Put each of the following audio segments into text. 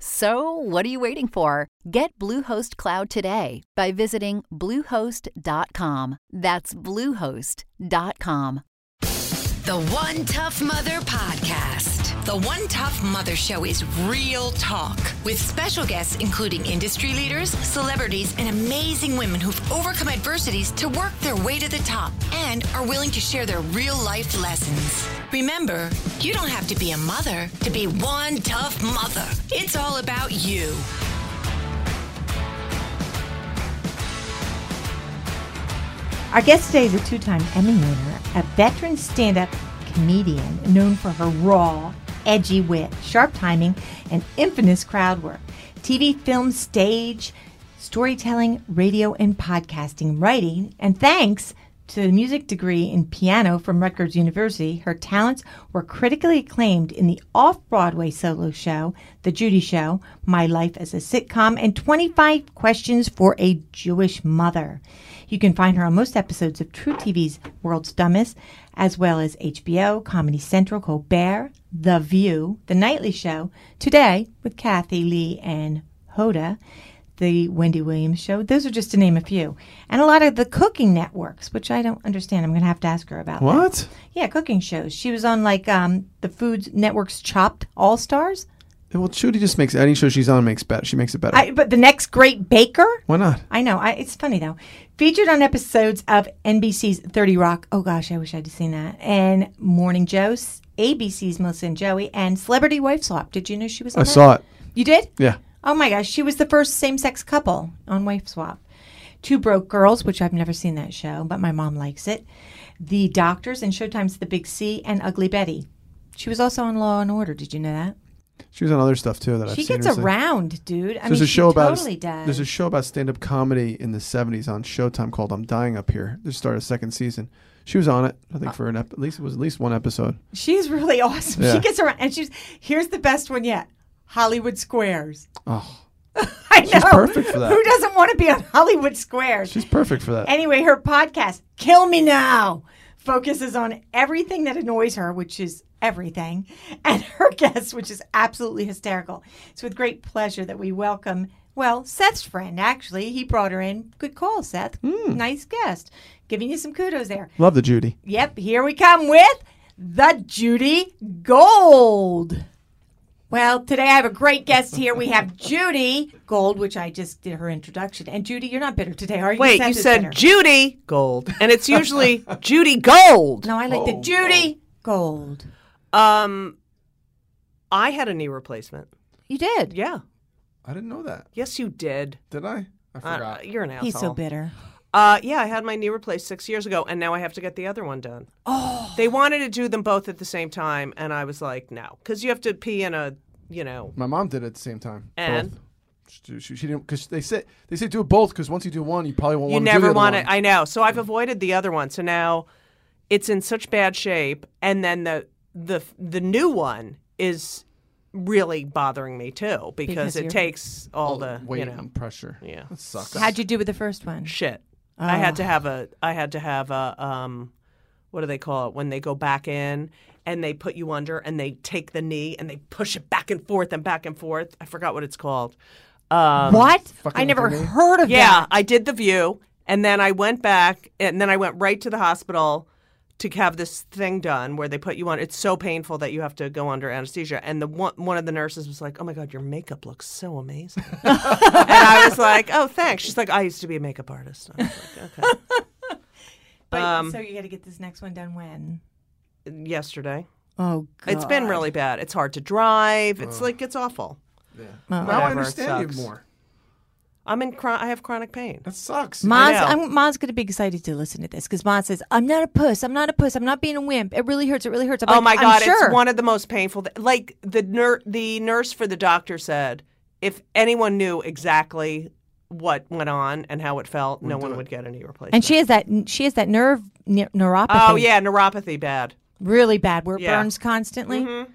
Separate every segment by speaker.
Speaker 1: So, what are you waiting for? Get Bluehost Cloud today by visiting Bluehost.com. That's Bluehost.com.
Speaker 2: The One Tough Mother Podcast. The One Tough Mother Show is real talk with special guests, including industry leaders, celebrities, and amazing women who've overcome adversities to work their way to the top and are willing to share their real life lessons. Remember, you don't have to be a mother to be one tough mother. It's all about you.
Speaker 3: Our guest today is a two time Emmy winner, a veteran stand up comedian known for her raw, edgy wit, sharp timing, and infamous crowd work. TV, film, stage, storytelling, radio, and podcasting, writing, and thanks to the music degree in piano from Rutgers University, her talents were critically acclaimed in the off Broadway solo show, The Judy Show, My Life as a Sitcom, and 25 Questions for a Jewish Mother. You can find her on most episodes of True TV's World's Dumbest, as well as HBO, Comedy Central, Colbert, The View, The Nightly Show, Today with Kathy Lee and Hoda, The Wendy Williams Show. Those are just to name a few. And a lot of the cooking networks, which I don't understand. I'm going to have to ask her about that.
Speaker 4: What?
Speaker 3: Yeah, cooking shows. She was on like um, the Food Network's Chopped All Stars.
Speaker 4: Well, Judy just makes any show she's on makes better. She makes it better.
Speaker 3: I, but the next great baker?
Speaker 4: Why not?
Speaker 3: I know. I, it's funny though. Featured on episodes of NBC's 30 Rock. Oh gosh, I wish I'd seen that. And Morning Joe's, ABC's Melissa and Joey, and Celebrity Wife Swap. Did you know she was on
Speaker 4: I
Speaker 3: that?
Speaker 4: saw it.
Speaker 3: You did?
Speaker 4: Yeah.
Speaker 3: Oh my gosh, she was the first same sex couple on Wife Swap. Two Broke Girls, which I've never seen that show, but my mom likes it. The Doctors and Showtime's The Big C and Ugly Betty. She was also on Law and Order. Did you know that?
Speaker 4: She was on other stuff too that I've
Speaker 3: She
Speaker 4: seen.
Speaker 3: gets
Speaker 4: recently.
Speaker 3: around, dude. I
Speaker 4: There's
Speaker 3: mean,
Speaker 4: a show
Speaker 3: she
Speaker 4: about
Speaker 3: totally does.
Speaker 4: there's a show about stand up comedy in the '70s on Showtime called "I'm Dying Up Here." They started a second season. She was on it, I think, for an ep- at least it was at least one episode.
Speaker 3: She's really awesome. She
Speaker 4: Yeah.
Speaker 3: gets around, and she's here's the best one yet: Hollywood Squares.
Speaker 4: Oh,
Speaker 3: I know.
Speaker 4: perfect for that.
Speaker 3: Who doesn't want to be on Hollywood Squares?
Speaker 4: she's perfect for that.
Speaker 3: Anyway, her podcast, Kill Me Now, focuses on everything that annoys her, which is everything, and her guests, which is absolutely hysterical. It's with great pleasure that we welcome, well, Seth's friend, actually. He brought her in. Good call, Seth.
Speaker 4: Hmm.
Speaker 3: Nice guest. Giving you some kudos there.
Speaker 4: Love the Judy.
Speaker 3: Yep, here we come with the Judy Gold. Well, today I have a great guest here. We have Judy Gold, which I just did her introduction. And Judy, you're not bitter today, are you?
Speaker 5: Wait, you
Speaker 3: Seth is
Speaker 5: said
Speaker 3: bitter.
Speaker 5: Judy Gold, and it's usually Judy Gold.
Speaker 3: No, I like the Judy Gold.
Speaker 5: Um, I had a knee replacement.
Speaker 3: You did.
Speaker 5: Yeah,
Speaker 4: I didn't know that.
Speaker 5: yes, you did.
Speaker 4: Did I? I
Speaker 5: Uh,
Speaker 4: forgot.
Speaker 5: you're an asshole.
Speaker 3: He's so bitter.
Speaker 5: Uh, yeah, I had my knee replaced six years ago, and now I have to get the other one done. Oh, they wanted to do them both at the same time, and I was like, no, because you have to pee in a, you know,
Speaker 4: My mom did it at the same time.
Speaker 5: And?
Speaker 4: Both. She, she, she didn't because they said they say do it both because once you do one, you probably won't.
Speaker 5: you
Speaker 4: wanna do the
Speaker 5: never
Speaker 4: other
Speaker 5: want
Speaker 4: one.
Speaker 5: it. I know. So I've avoided the other one. So now it's in such bad shape, and then the the the new one is really bothering me too because,
Speaker 3: Because
Speaker 5: it
Speaker 3: you're-
Speaker 5: takes all the
Speaker 4: weight
Speaker 5: you know
Speaker 4: and pressure.
Speaker 5: Yeah.
Speaker 4: that sucks.
Speaker 3: How'd you do with the first one?
Speaker 5: shit. I had
Speaker 3: Ah.
Speaker 5: to have a I had to have a um what do they call it when they go back in and they put you under and they take the knee and they push it back and forth and back and forth. I forgot what it's called. Um,
Speaker 3: What?
Speaker 4: Fucking
Speaker 3: I never
Speaker 4: with the knee?
Speaker 3: heard of
Speaker 5: yeah,
Speaker 3: that.
Speaker 5: I did the view, and then I went back, and then I went right to the hospital to have this thing done where they put you on. It's so painful that you have to go under anesthesia. And the one one of the nurses was like, "Oh my god, your makeup looks so amazing," and I was like, "Oh, thanks." She's like, "I used to be a makeup artist." And I was like,
Speaker 3: But,
Speaker 5: um,
Speaker 3: so you got to get this next one done when?
Speaker 5: okay. Yesterday,
Speaker 3: Oh, God.
Speaker 5: it's been really bad. It's hard to drive. It's like it's awful.
Speaker 4: Now I
Speaker 5: Whatever, it
Speaker 4: understand you
Speaker 5: sucks.
Speaker 4: more.
Speaker 5: I'm in. Chron- I have chronic pain.
Speaker 4: That sucks.
Speaker 3: Ma's,
Speaker 5: know.
Speaker 3: I'm, Ma's going to be excited to listen to this because Ma says, I'm not a puss. I'm not a puss. I'm not being a wimp. It really hurts. It really hurts. I'm
Speaker 5: oh
Speaker 3: like,
Speaker 5: my
Speaker 3: "I'm
Speaker 5: god,
Speaker 3: sure."
Speaker 5: it's one of the most painful. Th- like the ner- the nurse for the doctor said, if anyone knew exactly what went on and how it felt, no one would get any replacement.
Speaker 3: And she has that she has that nerve ne- neuropathy.
Speaker 5: oh yeah, neuropathy bad.
Speaker 3: Really bad where it
Speaker 5: Yeah. Mm-hmm.
Speaker 3: burns constantly.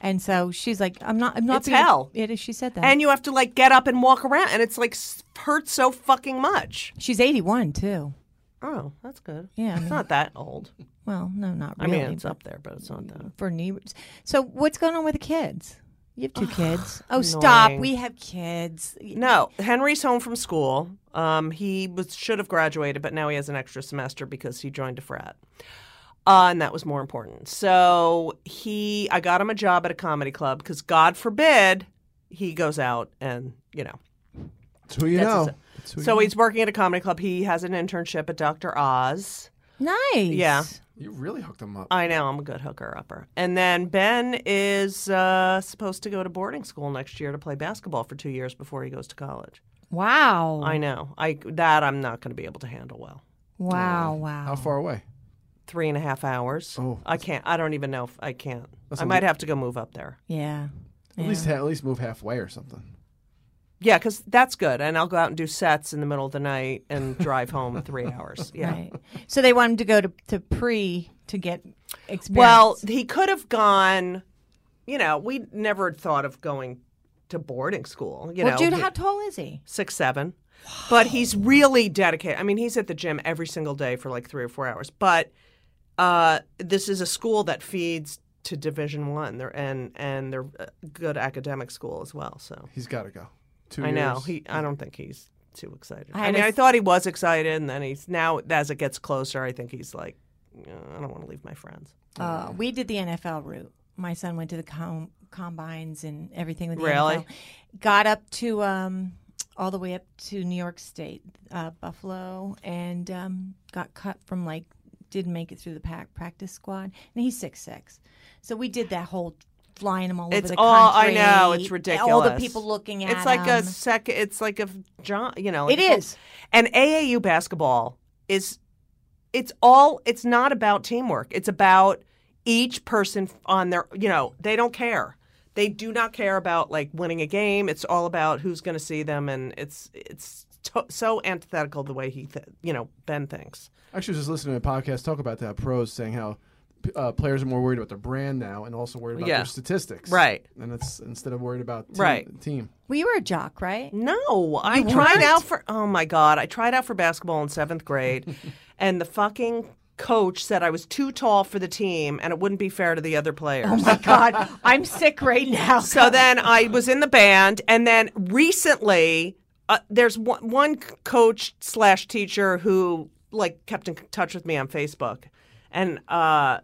Speaker 3: And so she's like, I'm not, I'm not
Speaker 5: It's
Speaker 3: being.
Speaker 5: hell.
Speaker 3: It is, she said that.
Speaker 5: And you have to like get up and walk around, and it's like s- hurts so fucking much.
Speaker 3: she's 81 too.
Speaker 5: Oh, that's good.
Speaker 3: Yeah, I
Speaker 5: it's
Speaker 3: mean-
Speaker 5: not that old.
Speaker 3: Well, no, not
Speaker 5: I
Speaker 3: really.
Speaker 5: mean, it's
Speaker 3: but
Speaker 5: up there, but it's not that.
Speaker 3: for knee. So what's going on with the kids? You have two kids. Oh, stop.
Speaker 5: annoying.
Speaker 3: We have kids.
Speaker 5: No, Henry's home from school. Um, he was should have graduated, but now he has an extra semester because he joined a frat, uh, and that was more important. So he, I got him a job at a comedy club because God forbid he goes out and you know.
Speaker 4: It's who you
Speaker 5: that's
Speaker 4: know.
Speaker 5: his-
Speaker 4: It's who you
Speaker 5: so he's working at a comedy club. He has an internship at Dr. Oz.
Speaker 3: Nice.
Speaker 5: Yeah.
Speaker 4: You really hooked him up.
Speaker 5: I know I'm a good hooker upper. And then Ben is uh, supposed to go to boarding school next year to play basketball for two years before he goes to college.
Speaker 3: Wow.
Speaker 5: I know. I that I'm not going to be able to handle well.
Speaker 3: wow. Wow.
Speaker 5: Oh.
Speaker 4: How far away?
Speaker 5: Three and a half hours.
Speaker 4: Oh.
Speaker 5: I can't. I don't even know if I can't.
Speaker 4: That's
Speaker 5: I
Speaker 4: a
Speaker 5: might
Speaker 4: lo-
Speaker 5: have to go move up there.
Speaker 3: Yeah.
Speaker 4: At least ha- at least move halfway or something.
Speaker 5: Yeah, because that's good. And I'll go out and do sets in the middle of the night and drive home three hours. Yeah.
Speaker 3: Right. So they want him to go to, to pre to get experience.
Speaker 5: Well, he could have gone. You know, we never thought of going to boarding school. You
Speaker 3: well,
Speaker 5: know,
Speaker 3: Jude,
Speaker 5: He-
Speaker 3: how tall is he?
Speaker 5: six seven. But he's really dedicated. I mean, he's at the gym every single day for like three or four hours. But uh, this is a school that feeds to Division One, they're and and they're a good academic school as well. So
Speaker 4: He's got to go. Two
Speaker 5: I know
Speaker 4: years.
Speaker 5: he. I don't think he's too excited.
Speaker 3: I
Speaker 5: I, mean,
Speaker 3: just-
Speaker 5: I thought he was excited, and then he's now as it gets closer, I think he's like, "Uh, I don't want to leave my friends.
Speaker 3: Uh, we did the NFL route. My son went to the com- combines and everything with the
Speaker 5: Really?
Speaker 3: NFL. Got up to um, all the way up to New York State, uh, Buffalo, and um, got cut from like didn't make it through the pack practice squad. And he's six six, so we did that whole flying him all
Speaker 5: It's
Speaker 3: over the
Speaker 5: all I
Speaker 3: country.
Speaker 5: know. It's
Speaker 3: All the
Speaker 5: ridiculous.
Speaker 3: people looking at
Speaker 5: It's like a
Speaker 3: him.
Speaker 5: second. It's like a f- John. You know,
Speaker 3: It
Speaker 5: it's all-
Speaker 3: is.
Speaker 5: And AAU basketball is. It's all. It's not about teamwork. It's about each person on their. You know, they don't care. They do not care about like winning a game. It's all about who's going to see them, and it's it's to- so antithetical the way he, th- you know, Ben thinks.
Speaker 4: Actually, I was just listening to a podcast talk about that. Pros saying how p- uh, players are more worried about their brand now and also worried about
Speaker 5: Yeah.
Speaker 4: their statistics.
Speaker 5: Right.
Speaker 4: And it's instead of worried about team,
Speaker 5: Right.
Speaker 4: team.
Speaker 3: well, you were a jock, right?
Speaker 5: No, I tried out for oh my god, I tried out for basketball in seventh grade, and the fucking coach said I was too tall for the team and it wouldn't be fair to the other players.
Speaker 3: Oh my God, I'm sick right now.
Speaker 5: so then I was in the band, and then recently, uh, there's one, one coach slash teacher who like kept in touch with me on Facebook, and uh,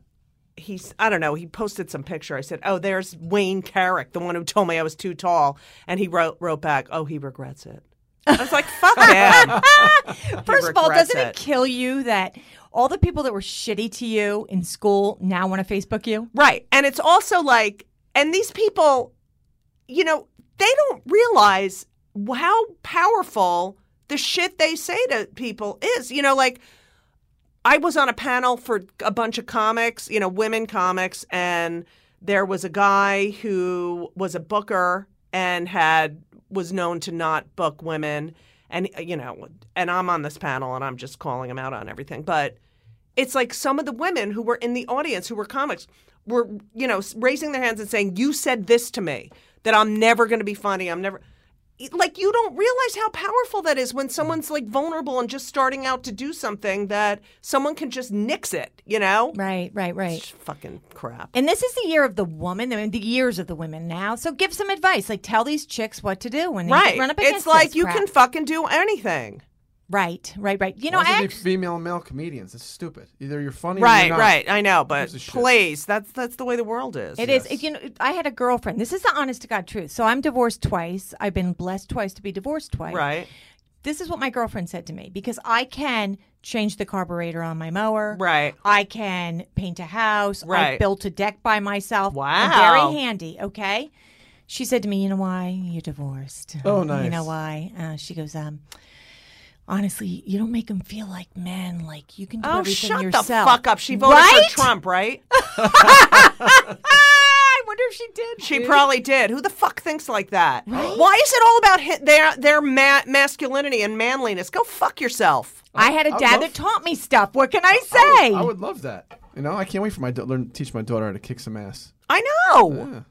Speaker 5: he's I don't know he posted some picture. I said, "Oh, there's Wayne Carrick, the one who told me I was too tall," and he wrote wrote back, "Oh, he regrets it." I was like, "Fuck him."
Speaker 3: First of all,
Speaker 5: regrets
Speaker 3: doesn't it.
Speaker 5: it.
Speaker 3: kill you that all the people that were shitty to you in school now want to Facebook you?
Speaker 5: Right. And it's also like, and these people, you know, they don't realize how powerful the shit they say to people is. You know, like, I was on a panel for a bunch of comics, you know, women comics, and there was a guy who was a booker and had was known to not book women and you know and I'm on this panel and I'm just calling him out on everything but it's like some of the women who were in the audience who were comics were you know raising their hands and saying you said this to me that i'm never going to be funny i'm never E, like you don't realize how powerful that is when someone's like vulnerable and just starting out to do something that someone can just nix it you know
Speaker 3: Right, right, right.
Speaker 5: fucking crap
Speaker 3: And this is the year of the woman, I mean, the years of the women now. So give some advice. Like tell these chicks what to do when they
Speaker 5: right
Speaker 3: run up against
Speaker 5: it's like
Speaker 3: this
Speaker 5: you
Speaker 3: crap.
Speaker 5: can fucking do anything
Speaker 3: Right, right, right. You know,
Speaker 4: Why should
Speaker 3: I
Speaker 4: be
Speaker 3: act-
Speaker 4: female and male comedians? It's stupid. Either you're funny or
Speaker 5: right
Speaker 4: you're not.
Speaker 5: right i know but
Speaker 4: Gives a shit.
Speaker 5: please that's that's the way the world is
Speaker 3: It is. You know, I had a girlfriend. This is the honest to God truth. So I'm divorced twice. I've been blessed twice to be divorced twice.
Speaker 5: right
Speaker 3: This is what my girlfriend said to me because I can change the carburetor on my mower.
Speaker 5: Right.
Speaker 3: I can paint a house. I
Speaker 5: Right.
Speaker 3: built a deck by myself. I'm
Speaker 5: Wow.
Speaker 3: very handy. Okay. she said to me, "You know why you're divorced?
Speaker 4: Oh,
Speaker 3: You know
Speaker 4: nice.
Speaker 3: why?" Uh, she goes, um, "Honestly, you don't make them feel like men. Like you can do
Speaker 5: Oh,
Speaker 3: everything
Speaker 5: shut
Speaker 3: yourself."
Speaker 5: the fuck up. She voted
Speaker 3: Right? Ah,
Speaker 5: for Trump, right?
Speaker 3: I wonder if she did.
Speaker 5: She
Speaker 3: dude.
Speaker 5: probably did. Who the fuck thinks like that? Why is it all about hi- their their ma- masculinity and manliness? Go fuck yourself.
Speaker 3: I had a
Speaker 4: I
Speaker 3: dad
Speaker 4: love-
Speaker 3: that taught me stuff. What can I say?
Speaker 4: I would, I would love that. You know, I can't wait for my da- learn teach my daughter how to kick some ass.
Speaker 5: I know.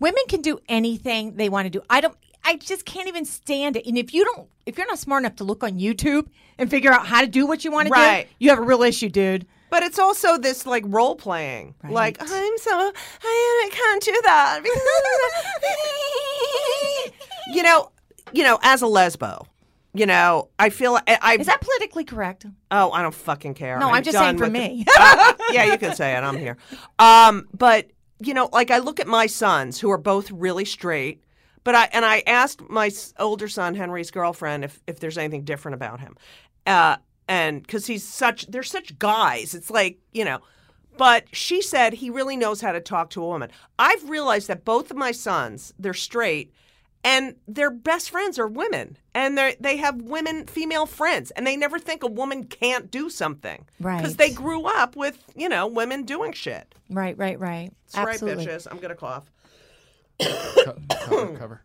Speaker 3: Women can do anything they want to do. I don't. I just can't even stand it. And if you don't, if you're not smart enough to look on YouTube and figure out how to do what you want to
Speaker 5: Right.
Speaker 3: do, you have a real issue, dude.
Speaker 5: But it's also this like role playing. Like I'm so I can't do that. because-" you know, you know, as a lesbo, you know, I feel I, I
Speaker 3: Is that politically correct?
Speaker 5: oh I don't fucking care.
Speaker 3: No, I'm, just saying
Speaker 5: done
Speaker 3: for
Speaker 5: with it.
Speaker 3: me.
Speaker 5: yeah, you can say it. I'm here. Um, but you know, like I look at my sons who are both really straight, but I and I asked my s- older son Henry's girlfriend if if there's anything different about him, uh, and because he's such they're such guys. It's like you know. But she said he really knows how to talk to a woman. I've realized that both of my sons, they're straight, and their best friends are women, and they they have women, female friends, and they never think a woman can't do something, Because
Speaker 3: Right.
Speaker 5: they grew up with you know women doing shit.
Speaker 3: right, right, right.
Speaker 5: That's
Speaker 3: Absolutely.
Speaker 5: right, bitches. I'm gonna cough.
Speaker 4: Co- cover, cover.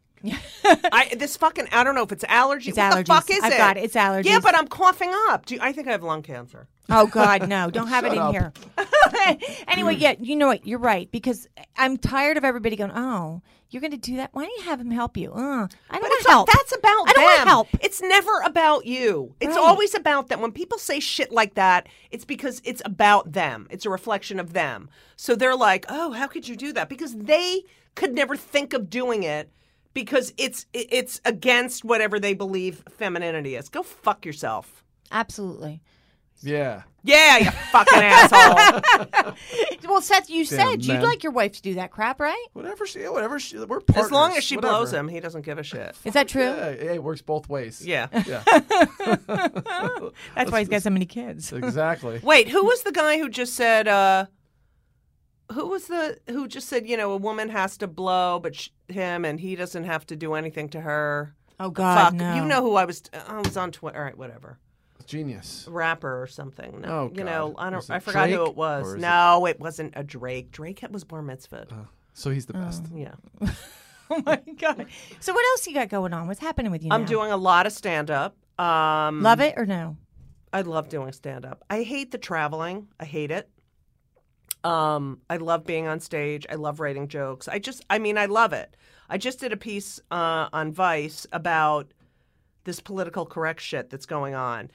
Speaker 5: I this fucking I don't know if it's allergy.
Speaker 3: It's
Speaker 5: what the fuck
Speaker 3: allergies.
Speaker 5: is
Speaker 3: I've
Speaker 5: it?
Speaker 3: got it. It's allergies.
Speaker 5: Yeah, but I'm coughing up. Do you, I think I have lung cancer?
Speaker 3: Oh God, no! Don't have it in
Speaker 4: Shut up.
Speaker 3: here. anyway, yeah, you know what? You're right because I'm tired of everybody going. Oh, you're going to do that? Why don't you have him help you? Uh, I don't
Speaker 5: But
Speaker 3: want
Speaker 5: it's
Speaker 3: help.
Speaker 5: not, that's about
Speaker 3: I don't want
Speaker 5: them.
Speaker 3: help.
Speaker 5: It's never about you. It's
Speaker 3: Right.
Speaker 5: always about them. When people say shit like that, it's because it's about them. It's a reflection of them. So they're like, "Oh, how could you do that?" Because they could never think of doing it because it's it- it's against whatever they believe femininity is. Go fuck yourself.
Speaker 3: Absolutely.
Speaker 4: Yeah.
Speaker 5: Yeah, you fucking asshole.
Speaker 3: Well, Seth, you said you'd
Speaker 4: man.
Speaker 3: like your wife to do that crap, right?
Speaker 4: Whatever she, whatever she, we're partners.
Speaker 5: As long as she
Speaker 4: whatever.
Speaker 5: blows him, he doesn't give a shit.
Speaker 3: Is that true?
Speaker 4: Yeah, yeah, it works both ways.
Speaker 5: Yeah.
Speaker 4: Yeah.
Speaker 3: That's why he's got so many kids.
Speaker 4: exactly.
Speaker 5: Wait, who was the guy who just said? uh Who was the who just said? You know, a woman has to blow, but sh- him and he doesn't have to do anything to her.
Speaker 3: Oh God,
Speaker 5: Fuck,
Speaker 3: no.
Speaker 5: you know who I was? I was on Twitter. All right, whatever,
Speaker 4: Genius.
Speaker 5: rapper or something. No,
Speaker 4: Oh,
Speaker 5: you know,
Speaker 4: God.
Speaker 5: I don't.
Speaker 4: Was it
Speaker 5: I forgot who
Speaker 4: Drake,
Speaker 5: it was.
Speaker 4: or is it- Oh.
Speaker 5: no, it... wasn't a Drake. Drake was bar mitzvah.
Speaker 4: So he's the best.
Speaker 5: yeah.
Speaker 3: Oh my God. So what else you got going on? What's happening with you?
Speaker 5: I'm
Speaker 3: now?
Speaker 5: doing a lot of stand up. Um,
Speaker 3: Love it or no?
Speaker 5: I love doing stand up. I hate the traveling. I hate it. Um, I love being on stage. I love writing jokes. I just, I mean, I love it. I just did a piece uh, on Vice about this political correct shit that's going on.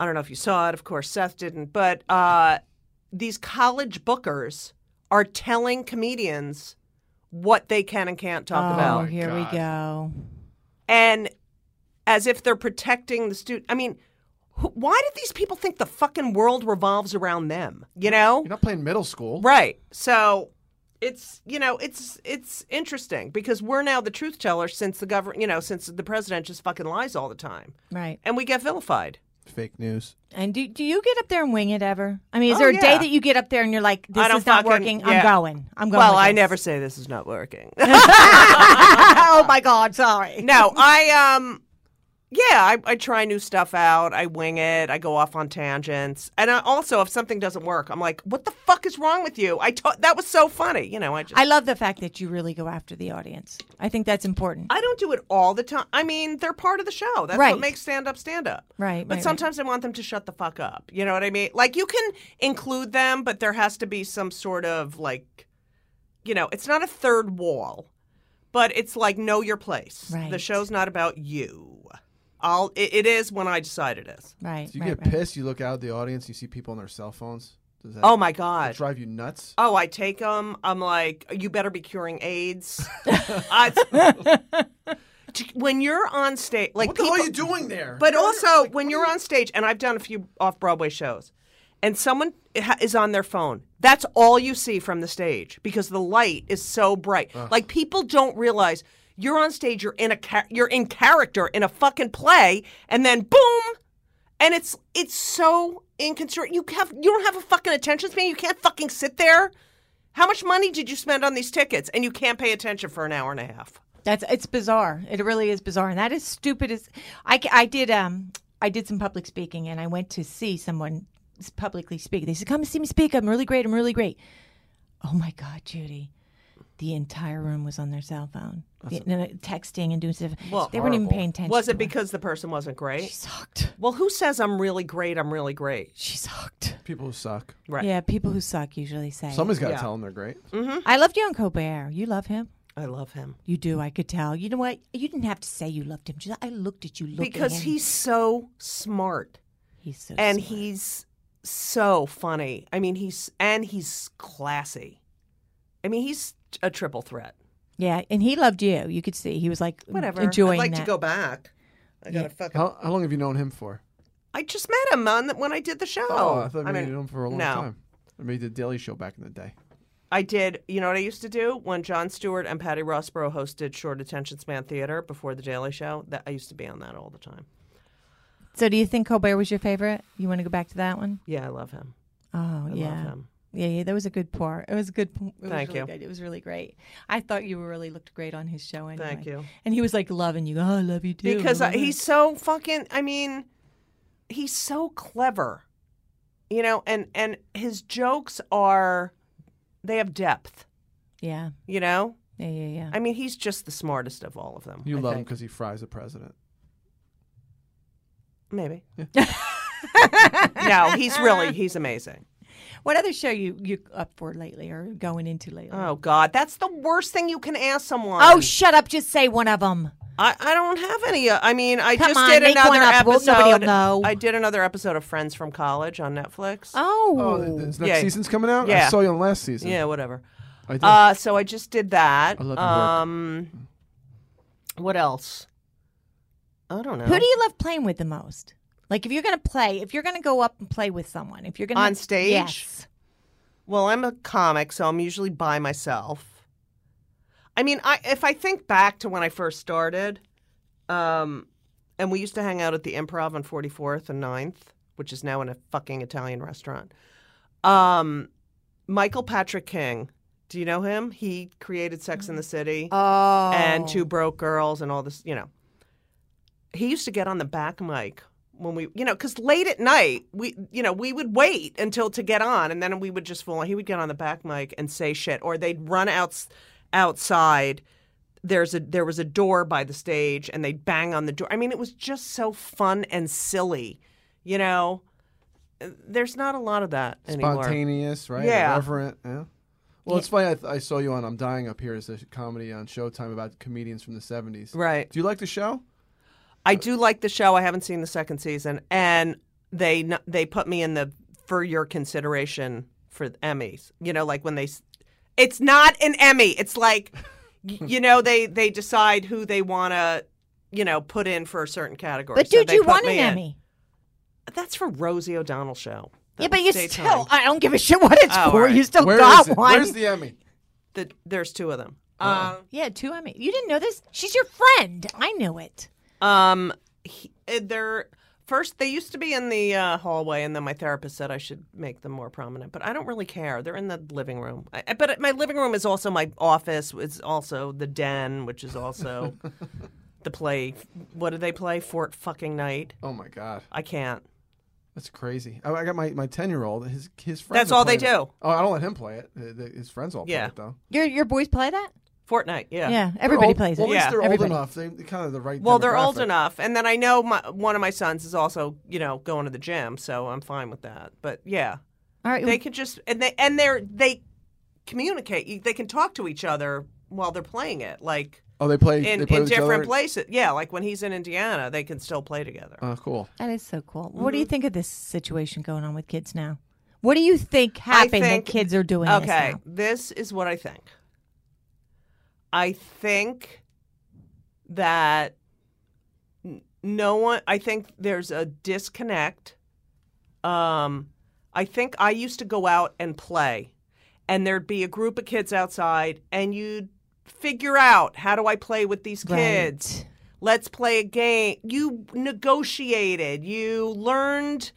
Speaker 5: I don't know if you saw it. Of course, Seth didn't. But uh, these college bookers are telling comedians what they can and can't talk
Speaker 3: oh,
Speaker 5: about
Speaker 3: here we go.
Speaker 5: and as if they're protecting the student. I mean, wh- why did these people think the fucking world revolves around them? You know,
Speaker 4: You're not playing middle school.
Speaker 5: right? So it's you know it's it's interesting because we're now the truth teller since the government you know since the president just fucking lies all the time
Speaker 3: Right.
Speaker 5: and we get vilified.
Speaker 4: Fake news.
Speaker 3: And do do you get up there and wing it ever? I mean, is
Speaker 5: Oh,
Speaker 3: there a day
Speaker 5: yeah.
Speaker 3: that you get up there and you're like, "This
Speaker 5: I don't
Speaker 3: is not
Speaker 5: fucking-
Speaker 3: working. I'm
Speaker 5: yeah.
Speaker 3: going. I'm going."
Speaker 5: well,
Speaker 3: with
Speaker 5: I
Speaker 3: this."
Speaker 5: never say this is not working.
Speaker 3: oh my God, sorry.
Speaker 5: no, I um yeah, I, I try new stuff out. I wing it. I go off on tangents. And I also, if something doesn't work, I'm like, "What the fuck is wrong with you?" I ta- that was so funny. You know, I just
Speaker 3: I
Speaker 5: I,
Speaker 3: love the fact that you really go after the audience. I think that's important.
Speaker 5: don't do it all the time. I mean, they're part of the show. That's
Speaker 3: Right.
Speaker 5: what makes stand up stand up.
Speaker 3: Right,
Speaker 5: But
Speaker 3: right,
Speaker 5: sometimes I want them to shut the fuck up. You know what I mean? Like you can include them, but there has to be some sort of like, you know, it's not a third wall, but it's like know your place. The
Speaker 3: Right.
Speaker 5: show's not about you. I'll. It, it is when I decide it is.
Speaker 3: Right.
Speaker 4: Do you
Speaker 3: right,
Speaker 4: get
Speaker 3: right.
Speaker 4: pissed? You look out at the audience. You see people on their cell phones. Does that
Speaker 5: Oh my god.
Speaker 4: drive you nuts?
Speaker 5: Oh, I take them. I'm like, you better be curing AIDS. I- when you're on stage, like
Speaker 4: what the hell
Speaker 5: people-
Speaker 4: are you doing there?
Speaker 5: But also, when you're on stage, and I've done a few off Broadway shows, and someone ha- is on their phone, that's all you see from the stage because the light is so bright. Like people don't realize you're on stage, you're in a cha- you're in character in a fucking play, and then boom, and it's it's so inconsiderate. You have you don't have a fucking attention span. You can't fucking sit there. How much money did you spend on these tickets, and you can't pay attention for an hour and a half?
Speaker 3: That's it's bizarre. It really is bizarre, and that is stupid. As I, ca- I did um I did some public speaking, and I went to see someone s- publicly speak. They said, "Come and see me speak. I'm really great. I'm really great." Oh my God, Judy, the entire room was on their cell phone, The- no, no, texting and doing stuff.
Speaker 5: Well,
Speaker 3: they weren't even paying attention.
Speaker 5: Was
Speaker 3: to
Speaker 5: it
Speaker 3: her.
Speaker 5: because the person wasn't great?
Speaker 3: she's hooked?
Speaker 5: Well, who says I'm really great? I'm really great.
Speaker 3: She's hooked.
Speaker 4: People who suck.
Speaker 5: Right.
Speaker 3: Yeah, people who suck usually say.
Speaker 4: Somebody's got to
Speaker 5: Yeah.
Speaker 4: tell them they're great.
Speaker 5: Mm-hmm.
Speaker 3: I loved you on Colbert. You love him.
Speaker 5: I love him
Speaker 3: You do. I could tell. You know what? You didn't have to say you loved him. Just I looked at you. Look
Speaker 5: because
Speaker 3: at him.
Speaker 5: he's so smart
Speaker 3: he's so
Speaker 5: and
Speaker 3: smart.
Speaker 5: he's so funny. I mean, he's and he's classy. I mean, he's a triple threat.
Speaker 3: Yeah, and he loved you. You could see he was like
Speaker 4: Mm,
Speaker 5: Whatever.
Speaker 3: enjoying
Speaker 5: I'd like
Speaker 3: that.
Speaker 5: to go back. I gotta fuck.
Speaker 4: How, how long have you known him for? Oh,
Speaker 5: I just met him on the, when I did the show.
Speaker 4: I thought maybe
Speaker 5: mean,
Speaker 4: you knew him for a long
Speaker 5: no.
Speaker 4: time. I mean, you did Daily Show back in the day.
Speaker 5: I did. You know what I used to do when John Stewart and Patty Rossborough hosted Short Attention Span Theater before the Daily Show. That I used to be on that all the time.
Speaker 3: So, do you think Colbert was your favorite? You want to go back to that one?
Speaker 5: Yeah, I love him.
Speaker 3: Oh,
Speaker 5: I
Speaker 3: yeah.
Speaker 5: love him.
Speaker 3: yeah, yeah. That was a good part. It was a good. po- It was
Speaker 5: Thank
Speaker 3: really
Speaker 5: you.
Speaker 3: Good. It was really great. I thought you really looked great on his show. Anyway.
Speaker 5: Thank you.
Speaker 3: And he was like loving you. Oh, I love you too.
Speaker 5: because I,
Speaker 3: Blah, blah,
Speaker 5: he's so fucking i mean he's so clever you know and and his jokes are they have depth
Speaker 3: blah. yeah,
Speaker 5: you know
Speaker 3: yeah, yeah, yeah.
Speaker 5: i mean he's just the smartest of all of them
Speaker 4: You
Speaker 5: I
Speaker 4: love him
Speaker 5: think.
Speaker 4: because he fries the president.
Speaker 5: maybe no he's really he's amazing
Speaker 3: What other show you you up for lately or going into lately?
Speaker 5: oh god that's the worst thing you can ask someone
Speaker 3: Oh, shut up! Just say one of them.
Speaker 5: I, I don't have any uh, i mean i
Speaker 3: Come
Speaker 5: just
Speaker 3: on,
Speaker 5: did
Speaker 3: make
Speaker 5: another
Speaker 3: one up. Well,
Speaker 5: episode
Speaker 3: nobody'll know.
Speaker 5: i did another episode of friends from college on netflix
Speaker 3: Oh,
Speaker 4: Oh, this next
Speaker 5: Yeah.
Speaker 4: season's coming out. I
Speaker 5: Yeah.
Speaker 4: saw you on last season.
Speaker 5: yeah whatever
Speaker 4: I did.
Speaker 5: Uh, so I just did that.
Speaker 4: I love your work.
Speaker 5: um, what else? I don't know.
Speaker 3: who do you love playing with the most? Like, if you're gonna play, if you're gonna go up and play with someone, if you're gonna
Speaker 5: On stage?
Speaker 3: yes.
Speaker 5: well, I'm a comic, so I'm usually by myself. I mean, I if I think back to when I first started, um, and we used to hang out at the Improv on 44th and 9th, which is now in a fucking Italian restaurant. Um, Michael Patrick King. Do you know him? He created Sex in the City.
Speaker 3: Oh,
Speaker 5: and two broke girls and all this, you know. He used to get on the back mic when we, you know, because late at night we, you know, we would wait until to get on, and then we would just fool. He would get on the back mic and say shit, or they'd run out outside. There's a there was a door by the stage, and they'd bang on the door. I mean, it was just so fun and silly, you know. There's not a lot of that anymore.
Speaker 4: Spontaneous, right?
Speaker 5: Yeah.
Speaker 4: Irreverent. Yeah. Well, it's funny. I, th- I saw you on "I'm Dying Up Here" as a comedy on Showtime about comedians from the '70s.
Speaker 5: Right.
Speaker 4: Do you like the show?
Speaker 5: I do like the show. I haven't seen the second season, and they n- they put me in the for your consideration for the Emmys. You know, like when they, s- it's not an Emmy. It's like, y- you know, they they decide who they want to, you know, put in for a certain category.
Speaker 3: But
Speaker 5: So
Speaker 3: dude,
Speaker 5: they
Speaker 3: you
Speaker 5: put
Speaker 3: won an
Speaker 5: me in.
Speaker 3: Emmy.
Speaker 5: That's for Rosie O'Donnell show. That
Speaker 3: yeah, but
Speaker 5: was
Speaker 3: you
Speaker 5: daytime.
Speaker 3: still. uh I don't give a shit what it's
Speaker 5: Oh,
Speaker 3: for.
Speaker 5: all right.
Speaker 3: You still
Speaker 4: Where
Speaker 3: got
Speaker 4: is it?
Speaker 3: one.
Speaker 4: Where's the Emmy?
Speaker 5: The- there's two of them. Um,
Speaker 3: yeah, two Emmy. You didn't know this? She's your friend. I knew it.
Speaker 5: Um, he, uh, they're first they used to be in the uh, hallway, and then my therapist said I should make them more prominent. But I don't really care. They're in the living room. I, I- but my living room is also my office. It's also the den, which is also the play. What do they play? Fort fucking night.
Speaker 4: Oh my God,
Speaker 5: I can't.
Speaker 4: that's crazy. I, I got my my ten year old. His his friends.
Speaker 5: That's
Speaker 4: are
Speaker 5: all they
Speaker 4: playing it.
Speaker 5: do.
Speaker 4: Oh, I don't let him play it. The- the- his friends all play
Speaker 5: Yeah.
Speaker 4: it though.
Speaker 3: Your your boys play that?
Speaker 5: Fortnite. Yeah.
Speaker 3: Yeah, everybody
Speaker 4: old,
Speaker 3: plays it.
Speaker 4: Well, at least
Speaker 5: Yeah.
Speaker 4: they're
Speaker 3: Everybody.
Speaker 4: old enough. They they're kind of the right.
Speaker 5: Well, they're old
Speaker 4: demographic.
Speaker 5: enough, and then I know my, one of my sons is also, you know, going to the gym, so I'm fine with that. But yeah,
Speaker 3: All right.
Speaker 5: they can just and they and they're they communicate You- they can talk to each other while they're playing it like
Speaker 4: Oh, they play.
Speaker 5: in,
Speaker 4: they play
Speaker 5: in
Speaker 4: with
Speaker 5: different
Speaker 4: each other?
Speaker 5: places yeah like when he's in indiana they can still play together
Speaker 4: Oh, cool.
Speaker 3: that is so cool. What do
Speaker 4: Mm-hmm.
Speaker 3: you think of this situation going on with kids now? What do you think happened
Speaker 5: think-
Speaker 3: that kids are doing this
Speaker 5: okay
Speaker 3: now?
Speaker 5: this is what i think i think that n- no one i think there's a disconnect um i think i used to go out and play and there'd be a group of kids outside and you'd figure out how do i play with these kids
Speaker 3: Right.
Speaker 5: let's play a game. You negotiated, you learned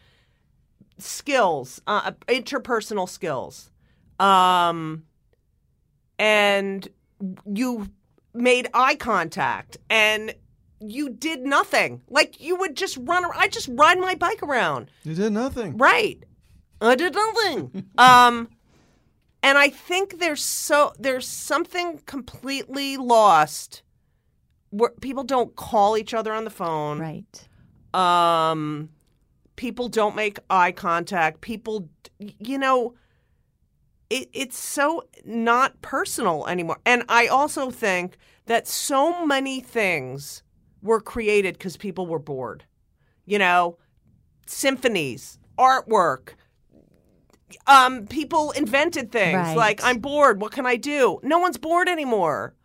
Speaker 5: skills, uh, interpersonal skills. Um, and you made eye contact and you did nothing. Like you would just run around. I just ride my bike around.
Speaker 4: You did nothing.
Speaker 5: Right. I did nothing. um, and I think there's so there's something completely lost where people don't call each other on the phone.
Speaker 3: Right.
Speaker 5: Um, people don't make eye contact. People, d- you know, it, it's so not personal anymore. And I also think that so many things were created because people were bored. You know, symphonies, artwork. Um, people invented things
Speaker 3: Right.
Speaker 5: like I'm bored. What can I do? No one's bored anymore,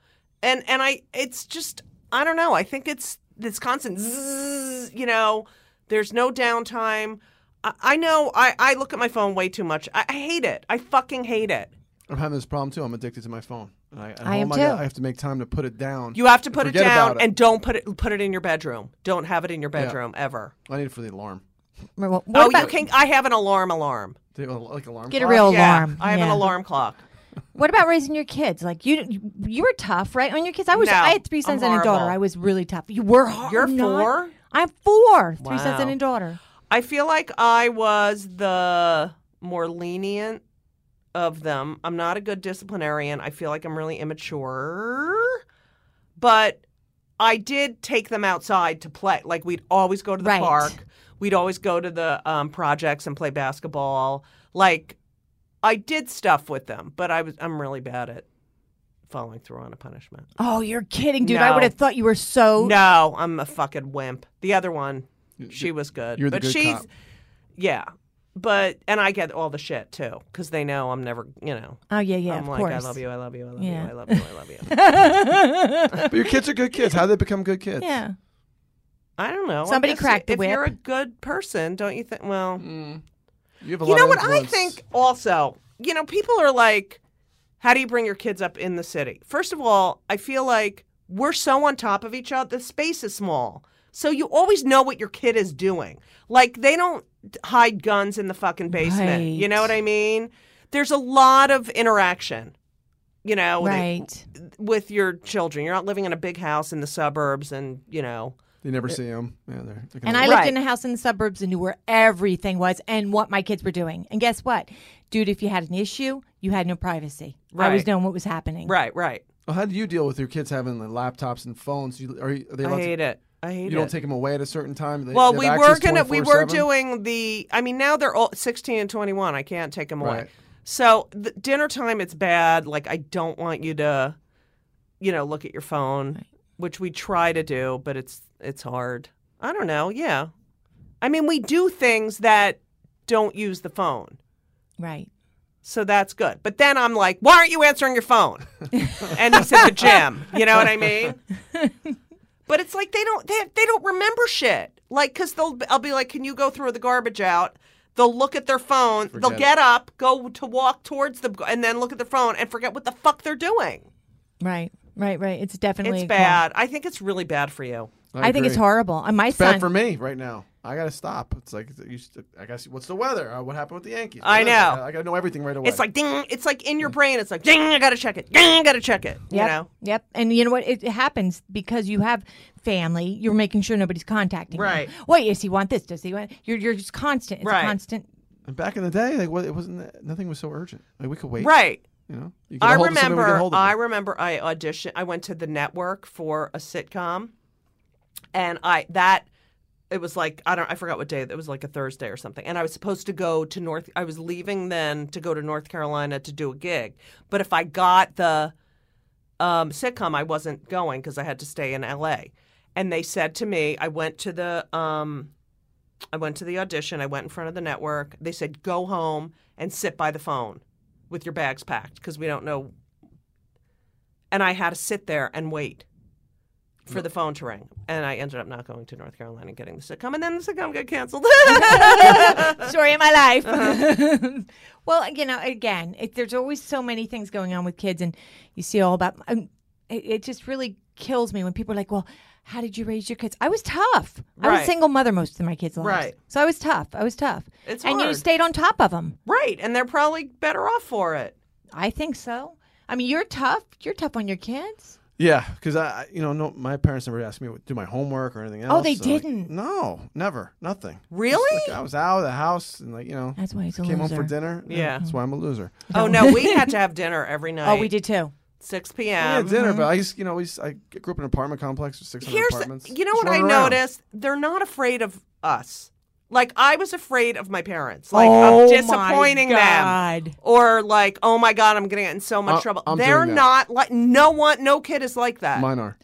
Speaker 5: and and I it's just I don't know. I think it's this constant, zzz, you know. There's no downtime. I, I know I, I look at my phone way too much. I, I hate it. I fucking hate it.
Speaker 4: I'm having this problem too. I'm addicted to my phone. And I, and
Speaker 3: I
Speaker 4: oh
Speaker 3: am
Speaker 4: my
Speaker 3: too.
Speaker 4: God, I have to make time to put it down.
Speaker 5: You have to put it
Speaker 4: Forget
Speaker 5: down
Speaker 4: about it.
Speaker 5: and don't put it put it in your bedroom. Don't have it in your bedroom ever.
Speaker 4: I need it for the alarm.
Speaker 3: What
Speaker 5: oh,
Speaker 3: about,
Speaker 5: you can. I have an alarm alarm.
Speaker 4: The, like alarm.
Speaker 3: Get a
Speaker 4: clock?
Speaker 3: real
Speaker 5: Yeah,
Speaker 3: alarm.
Speaker 5: I have an
Speaker 3: Yeah.
Speaker 5: alarm clock.
Speaker 3: What about raising your kids? Like you, you were tough, right? On your kids, I was.
Speaker 5: No,
Speaker 3: I had three
Speaker 5: I'm
Speaker 3: sons and a daughter.
Speaker 5: horrible.
Speaker 3: I was really tough. You were hard.
Speaker 5: You're
Speaker 3: I'm not.
Speaker 5: four?
Speaker 3: I'm four. Three sons
Speaker 5: Wow.
Speaker 3: and a daughter.
Speaker 5: I feel like I was the more lenient of them. I'm not a good disciplinarian. I feel like I'm really immature. But I did take them outside to play. Like we'd always go to the
Speaker 3: Right.
Speaker 5: park. We'd always go to the um, projects and play basketball. Like I did stuff with them, but I was I'm really bad at following through on a punishment.
Speaker 3: Oh, you're kidding, dude! I
Speaker 5: No.
Speaker 3: would have thought you were so.
Speaker 5: No, I'm a fucking wimp. The other one, she was good.
Speaker 4: you're the
Speaker 5: but
Speaker 4: good
Speaker 5: she's
Speaker 4: cop.
Speaker 5: yeah. But and I get all the shit too cuz they know I'm never, you know.
Speaker 3: Oh yeah, yeah.
Speaker 5: I'm
Speaker 3: of
Speaker 5: like
Speaker 3: course.
Speaker 5: I love you, I love you, I love
Speaker 3: Yeah.
Speaker 5: you, I love you, I love you.
Speaker 4: But your kids are good kids. How do they become good kids?
Speaker 3: Yeah.
Speaker 5: I don't know. I
Speaker 3: Somebody
Speaker 5: guess
Speaker 3: cracked the
Speaker 5: if you're a
Speaker 3: whip.
Speaker 5: good person, don't you think? Well,
Speaker 4: You have a
Speaker 5: you
Speaker 4: lot
Speaker 5: know
Speaker 4: of
Speaker 5: what I
Speaker 4: influence.
Speaker 5: think also. You know, people are like how do you bring your kids up in the city? First of all, I feel like we're so on top of each other. The space is small. So you always know what your kid is doing. Like they don't hide guns in the fucking basement. You
Speaker 3: Right.
Speaker 5: know what I mean? There's a lot of interaction. You
Speaker 3: Oh,
Speaker 5: know, with-
Speaker 3: Right.
Speaker 5: with your children. You're not living in a big house in the suburbs and, you know,
Speaker 4: They never see them. Yeah, they're, they're
Speaker 3: And
Speaker 4: gonna-
Speaker 3: I lived
Speaker 5: Right.
Speaker 3: in a house in the suburbs and knew where everything was and what my kids were doing. And guess what, dude? If you had an issue, you had no privacy. I was
Speaker 5: Right.
Speaker 3: knowing what was happening.
Speaker 5: right, right.
Speaker 4: Well, how do you deal with your kids having like, laptops and phones? You, are, you, are they allowed
Speaker 5: I
Speaker 4: to-
Speaker 5: hate it. I hate
Speaker 4: You
Speaker 5: it.
Speaker 4: don't take them away at a certain time. They,
Speaker 5: Well,
Speaker 4: they
Speaker 5: we
Speaker 4: have
Speaker 5: were
Speaker 4: access
Speaker 5: gonna, we were
Speaker 4: 24/7?
Speaker 5: doing the. I mean, now they're all sixteen and twenty-one. I can't take them away.
Speaker 4: Right.
Speaker 5: So the, dinner time, it's bad. Like I don't want you to, you know, look at your phone, which we try to do, but it's it's hard. I don't know. Yeah, I mean, we do things that don't use the phone.
Speaker 3: Right.
Speaker 5: So that's good. But then I'm like, why aren't you answering your phone? and he's at the gym. You know what I mean? But it's like they don't they, they don't remember shit. Like cuz they'll I'll be like, "Can you go throw the garbage out?" They'll look at their phone.
Speaker 4: Forget
Speaker 5: they'll
Speaker 4: it.
Speaker 5: get up, go to walk towards the and then look at their phone and forget what the fuck they're doing.
Speaker 3: Right. Right. Right. It's definitely
Speaker 5: It's
Speaker 3: a call.
Speaker 5: bad. I think it's really bad for you.
Speaker 3: I, think it's
Speaker 4: agree.
Speaker 3: horrible. And my
Speaker 4: It's bad
Speaker 3: son.
Speaker 4: for me right now. I gotta stop. It's like you used to- I guess what's the weather? Uh, what happened with the Yankees? What
Speaker 5: I
Speaker 4: is it?
Speaker 5: know.
Speaker 4: I gotta know everything right away.
Speaker 5: It's like ding, it's like in
Speaker 4: Hmm.
Speaker 5: your brain. It's like ding, I got to check it. Ding, I got to check it, you
Speaker 3: Yep.
Speaker 5: know.
Speaker 3: Yep. And you know what? It happens because you have family. You're making sure nobody's contacting. you.
Speaker 5: Right.
Speaker 3: Wait, does he want this? Does he want? You're you're just constant. It's a
Speaker 5: Right.
Speaker 3: constant.
Speaker 4: and back in the day, like what, it wasn't that- nothing was so urgent. Like we could wait.
Speaker 5: Right.
Speaker 4: You know. You get
Speaker 5: I
Speaker 4: a hold of someone, we get a
Speaker 5: remember.
Speaker 4: hold of
Speaker 5: I
Speaker 4: them.
Speaker 5: remember. I auditioned. I went to the network for a sitcom, and I that it was like I don't. I forgot what day. It was like a Thursday or something. And I was supposed to go to North. I was leaving then to go to North Carolina to do a gig. But if I got the um, sitcom, I wasn't going because I had to stay in L.A. And they said to me, I went to the. Um, I went to the audition. I went in front of the network. They said, go home and sit by the phone with your bags packed because we don't know. And I had to sit there and wait for the phone to ring. And I ended up not going to North Carolina and getting the sitcom. And then the sitcom got canceled.
Speaker 3: Story of my life. well, you know, again, it, there's always so many things going on with kids, and you see all about. Um, it, it just really kills me when people are like, "Well, how did you raise your kids?" I was tough. I was a
Speaker 5: Right.
Speaker 3: single mother most of my kids' lives,
Speaker 5: Right.
Speaker 3: so I was tough. I was tough.
Speaker 5: It's
Speaker 3: and you
Speaker 5: hard.
Speaker 3: stayed on top of them.
Speaker 5: right. And they're probably better off for it.
Speaker 3: I think so. I mean, you're tough. You're tough on your kids.
Speaker 4: Yeah, because I, I- you know, no, my parents never asked me to do my homework or anything else.
Speaker 3: Oh, they
Speaker 4: so, like,
Speaker 3: didn't?
Speaker 4: no, never, nothing. Just,
Speaker 5: Really?
Speaker 4: like, I was out of the house and like you know,
Speaker 3: That's why he's a
Speaker 4: came home
Speaker 3: loser.
Speaker 4: for dinner.
Speaker 5: Yeah.
Speaker 4: that's why I'm a loser.
Speaker 5: Oh no, we had to have dinner every night.
Speaker 3: Oh, we did too.
Speaker 5: 6
Speaker 4: Yeah,
Speaker 5: p.m.
Speaker 4: dinner, but I used, you know, we used, I grew up in an apartment complex with 600
Speaker 5: Here's
Speaker 4: apartments.
Speaker 5: you know
Speaker 4: Just
Speaker 5: what I
Speaker 4: running around.
Speaker 5: noticed? They're not afraid of us. Like I was afraid of my parents, like
Speaker 3: oh
Speaker 5: of disappointing
Speaker 3: my
Speaker 5: them.
Speaker 3: God.
Speaker 5: Or like, oh my god, I'm gonna get in so much
Speaker 4: I-
Speaker 5: trouble.
Speaker 4: I'm
Speaker 5: They're
Speaker 4: doing that.
Speaker 5: not like no one, no kid is like that.
Speaker 4: Mine are.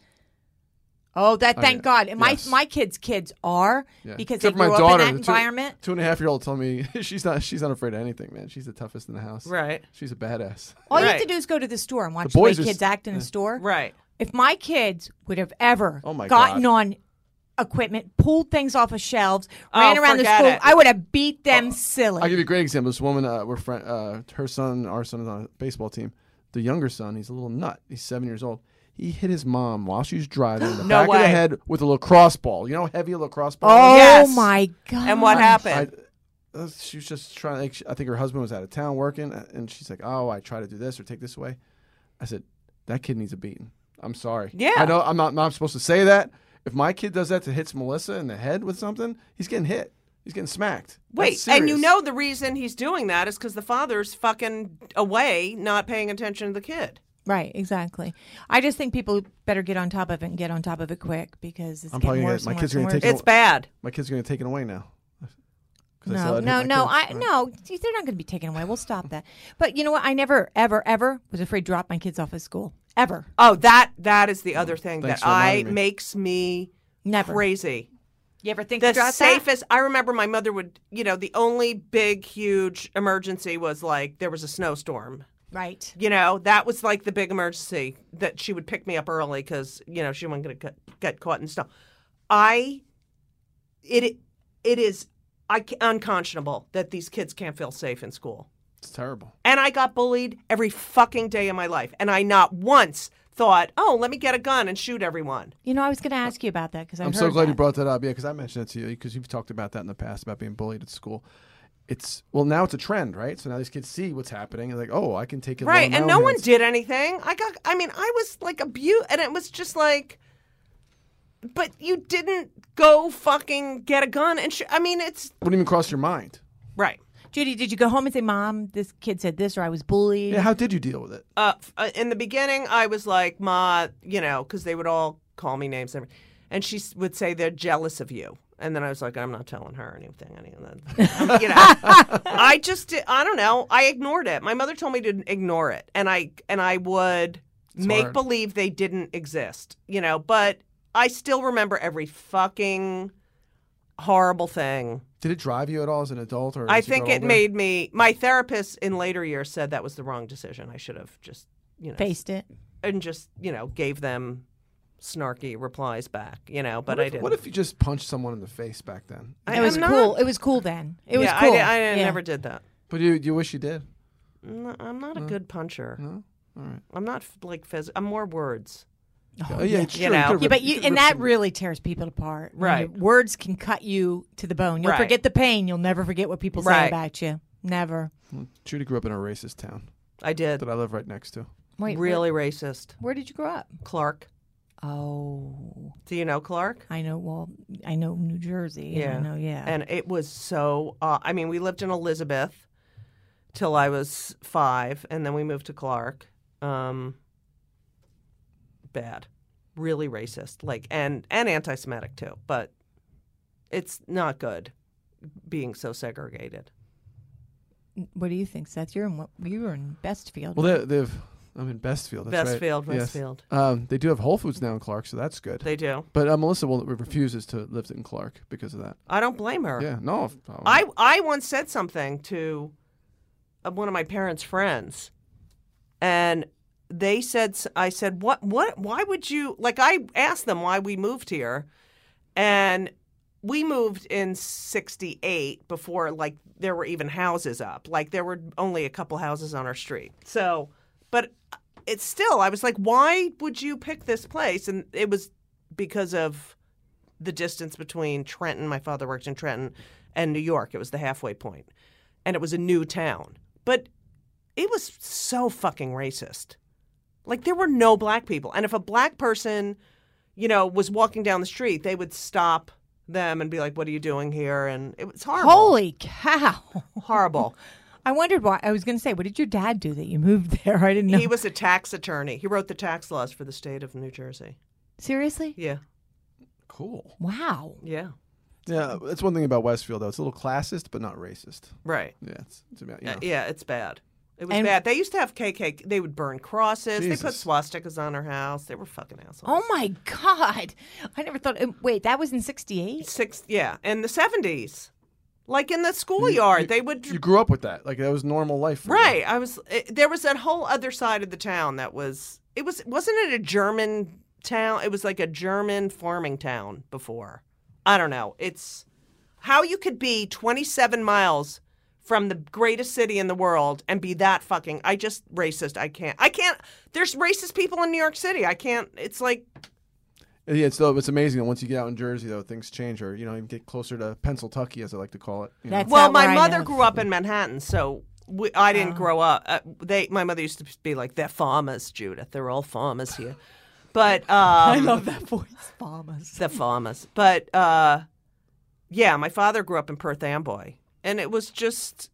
Speaker 3: Oh, that thank
Speaker 4: yeah.
Speaker 3: God. And my
Speaker 4: Yes.
Speaker 3: my kids' kids are
Speaker 4: Yeah.
Speaker 3: because
Speaker 4: Except
Speaker 3: they
Speaker 4: for my
Speaker 3: grew
Speaker 4: daughter,
Speaker 3: up in
Speaker 4: the
Speaker 3: that
Speaker 4: two-
Speaker 3: environment.
Speaker 4: Two and a half year old told me she's not she's not afraid of anything, man. She's the toughest in the house.
Speaker 5: Right.
Speaker 4: She's a badass.
Speaker 3: All you have
Speaker 5: Right.
Speaker 3: to do is go to the store and watch
Speaker 4: The
Speaker 3: the, way
Speaker 4: boys are
Speaker 3: kids
Speaker 4: st-
Speaker 3: act in a store.
Speaker 5: Right.
Speaker 3: If my kids would have ever
Speaker 4: Oh my
Speaker 3: gotten
Speaker 4: God.
Speaker 3: on equipment, pulled things off of shelves,
Speaker 5: Oh,
Speaker 3: ran around the
Speaker 5: forget
Speaker 3: school,
Speaker 5: it.
Speaker 3: I would have beat them silly.
Speaker 4: Oh. I'll give you a great example. This woman, uh, we're friend, uh, her son, our son is on a baseball team. The younger son, he's a little nut. He's seven years old. He hit his mom while she was driving in the
Speaker 5: No
Speaker 4: back of the
Speaker 5: way.
Speaker 4: head with a lacrosse ball. You know, how heavy lacrosse ball.
Speaker 3: oh
Speaker 4: is?
Speaker 5: Yes.
Speaker 3: my God.
Speaker 5: And what
Speaker 4: I,
Speaker 5: happened?
Speaker 4: uh, she was just trying. Like, I think her husband was out of town working, uh, and she's like, "Oh, I try to do this or take this away." I said, "That kid needs a beating." I'm sorry.
Speaker 5: Yeah.
Speaker 4: I know. I'm not. Not supposed to say that. If my kid does that to hits Melissa in the head with something, he's getting hit. He's getting smacked.
Speaker 5: Wait,
Speaker 4: That's
Speaker 5: and you
Speaker 4: serious.
Speaker 5: know the reason he's doing that is because the father's fucking away, not paying attention to the kid.
Speaker 3: Right, exactly. I just think people better get on top of it and get on top of it quick because it's
Speaker 4: I'm probably
Speaker 3: getting
Speaker 4: gonna-
Speaker 3: worse.
Speaker 4: my
Speaker 3: and
Speaker 4: kids
Speaker 3: worse
Speaker 4: are gonna
Speaker 3: and
Speaker 4: take
Speaker 3: worse.
Speaker 5: It's bad.
Speaker 4: my kid's going to take it away now. 'Cause I
Speaker 3: No,
Speaker 4: said I'd
Speaker 3: no,
Speaker 4: hit my
Speaker 3: no,
Speaker 4: kid.
Speaker 3: I no. geez, They're not going to be taken away. We'll stop that. But you know what? I never, ever, ever was afraid to drop my kids off at school. Ever,
Speaker 5: Oh, that that is the other thing
Speaker 4: Thanks
Speaker 5: that
Speaker 4: for
Speaker 5: I
Speaker 4: reminding me.
Speaker 5: makes me
Speaker 3: never.
Speaker 5: crazy.
Speaker 3: You ever think
Speaker 5: The
Speaker 3: about that?
Speaker 5: safest. I remember my mother would, you know, the only big huge emergency was like there was a snowstorm.
Speaker 3: Right.
Speaker 5: You know, that was like the big emergency that she would pick me up early because you know she wasn't going to get caught in snow. I, it, it is, I ca- unconscionable that these kids can't feel safe in school.
Speaker 4: It's terrible.
Speaker 5: And I got bullied every fucking day of my life, and I not once thought, oh, let me get a gun and shoot everyone.
Speaker 3: You know, I was going to ask you about that because
Speaker 4: I'm so glad you brought that up. Yeah, because I mentioned it to you because you've talked about that in the past about being bullied at school. It's well now it's a trend, right? So now these kids see what's happening and like, oh, I can take it.
Speaker 5: Right,
Speaker 4: into
Speaker 5: and
Speaker 4: my
Speaker 5: no
Speaker 4: own
Speaker 5: one
Speaker 4: hands.
Speaker 5: did anything. I got, I mean, I was like abused, and it was just like, but you didn't go fucking get a gun and sh- I mean, it's
Speaker 4: Wouldn't even cross your mind.
Speaker 5: right.
Speaker 3: Judy, did you go home and say, "Mom, this kid said this," or "I was bullied"?
Speaker 4: Yeah, how did you deal with it?
Speaker 5: Uh, f- uh, in the beginning, I was like, Ma, you know, because they would all call me names, and everything. and she s- would say they're jealous of you. And then I was like, I'm not telling her anything. Any of that, you know. I just, did, I don't know. I ignored it. My mother told me to ignore it, and I and I would make
Speaker 4: hard.
Speaker 5: believe they didn't exist, you know. But I still remember every fucking horrible thing.
Speaker 4: Did it drive you at all as an adult? Or
Speaker 5: I
Speaker 4: as you
Speaker 5: think
Speaker 4: grow
Speaker 5: it
Speaker 4: older?
Speaker 5: made me. My therapist in later years said that was the wrong decision. I should have just, you know,
Speaker 3: Faced it.
Speaker 5: and just you know gave them snarky replies back you know but
Speaker 4: What
Speaker 5: i
Speaker 4: if,
Speaker 5: didn't
Speaker 4: what if you just punched someone in the face back then?
Speaker 5: I,
Speaker 3: It was
Speaker 5: I'm not-
Speaker 3: cool. It was cool then. It was
Speaker 5: yeah,
Speaker 3: cool.
Speaker 5: I, di- I, didn't-
Speaker 3: Yeah.
Speaker 5: never did that
Speaker 4: But you you wish you did.
Speaker 5: No, i'm not a good puncher
Speaker 4: No. All right.
Speaker 5: i'm not f- like phys- i'm more words
Speaker 4: Oh, yeah, it's
Speaker 5: You
Speaker 4: true.
Speaker 5: know.
Speaker 4: could've
Speaker 3: Yeah,
Speaker 4: ripped-
Speaker 3: but you
Speaker 4: could've
Speaker 3: and
Speaker 4: ripped
Speaker 3: that
Speaker 4: some-
Speaker 3: really tears people apart. When
Speaker 5: Right.
Speaker 3: your Words can cut you to the bone. You'll
Speaker 5: Right.
Speaker 3: forget the pain. You'll never forget what people say
Speaker 5: Right.
Speaker 3: about you. Never.
Speaker 4: Judy grew up in a racist town
Speaker 5: i did
Speaker 4: that I live right next to.
Speaker 3: Wait,
Speaker 5: really racist
Speaker 3: Where, where did you grow up?
Speaker 5: clark
Speaker 3: Oh,
Speaker 5: do you know clark
Speaker 3: I know. Well, I know New Jersey. Yeah. I know. Yeah.
Speaker 5: and it was so uh, i mean we lived in elizabeth till i was five and then we moved to clark um bad really racist like and and anti-semitic too but it's not good being so segregated
Speaker 3: what do you think, Seth? You're in what? You were in Bestfield.
Speaker 4: Well, they, they've. I'm in Bestfield. That's right.
Speaker 5: Bestfield,
Speaker 4: Yes.
Speaker 5: Westfield.
Speaker 4: Um, they do have Whole Foods now in Clark, so that's good.
Speaker 5: they do
Speaker 4: But uh, Melissa will, refuses to live in Clark because of that.
Speaker 5: i don't blame her
Speaker 4: Yeah, no. if- oh,
Speaker 5: i i once said something to uh, one of my parents friends and they said s- i said what what why would you like i asked them why we moved here and we moved in 68 before like there were even houses up like there were only a couple houses on our street so but uh, it's still i was like why would you pick this place and it was because of the distance between trenton my father worked in trenton and new york it was the halfway point and it was a new town but it was so fucking racist Like there were no black people. And if a black person, you know, was walking down the street, they would stop them and be like, "What are you doing here?" And it was horrible.
Speaker 3: Holy cow.
Speaker 5: horrible.
Speaker 3: I wondered why. I was going to say, what did your dad do that you moved there? I didn't know.
Speaker 5: He was a tax attorney. He wrote the tax laws for the state of New Jersey.
Speaker 3: Seriously?
Speaker 5: Yeah.
Speaker 4: Cool.
Speaker 3: Wow.
Speaker 5: Yeah.
Speaker 4: Yeah, that's one thing about Westfield though. It's a little classist, but not racist.
Speaker 5: Right.
Speaker 4: Yeah, it's, it's about you
Speaker 5: Uh,
Speaker 4: know.
Speaker 5: yeah, it's bad. It was
Speaker 3: And-
Speaker 5: bad. They used to have KK. They would burn crosses. They put
Speaker 4: Jesus.
Speaker 5: swastikas on her house. They were fucking assholes.
Speaker 3: Oh my God. I never thought. uh, Wait, that was in 68?
Speaker 5: Six. Yeah, in the seventies, like in the schoolyard,
Speaker 4: you-
Speaker 5: they would.
Speaker 4: You grew up with that. Like that was normal life. for you.
Speaker 5: right. I was. It, there was that whole other side of the town that was. It was. Wasn't it a German town? It was like a German farming town before. I don't know. It's how you could be twenty-seven miles from the greatest city in the world and be that fucking. I just racist. I can't. I can't. There's racist people in New York City. I can't. It's like
Speaker 4: Yeah, it's, though, it's amazing that once you get out in Jersey, though, things change, or you know, even get closer to Pennsylvania, as I like to call it. you know.
Speaker 3: That's
Speaker 5: well,
Speaker 3: not
Speaker 5: my
Speaker 3: where I Oh.
Speaker 5: mother
Speaker 3: live.
Speaker 5: grew up in Manhattan, so we, I didn't grow up. Uh, they, my mother used to be like, "They're farmers, Judith. They're all farmers here." But um,
Speaker 3: I love that voice. Bombers.
Speaker 5: the farmers. But uh, yeah, my father grew up in Perth Amboy, and it was just,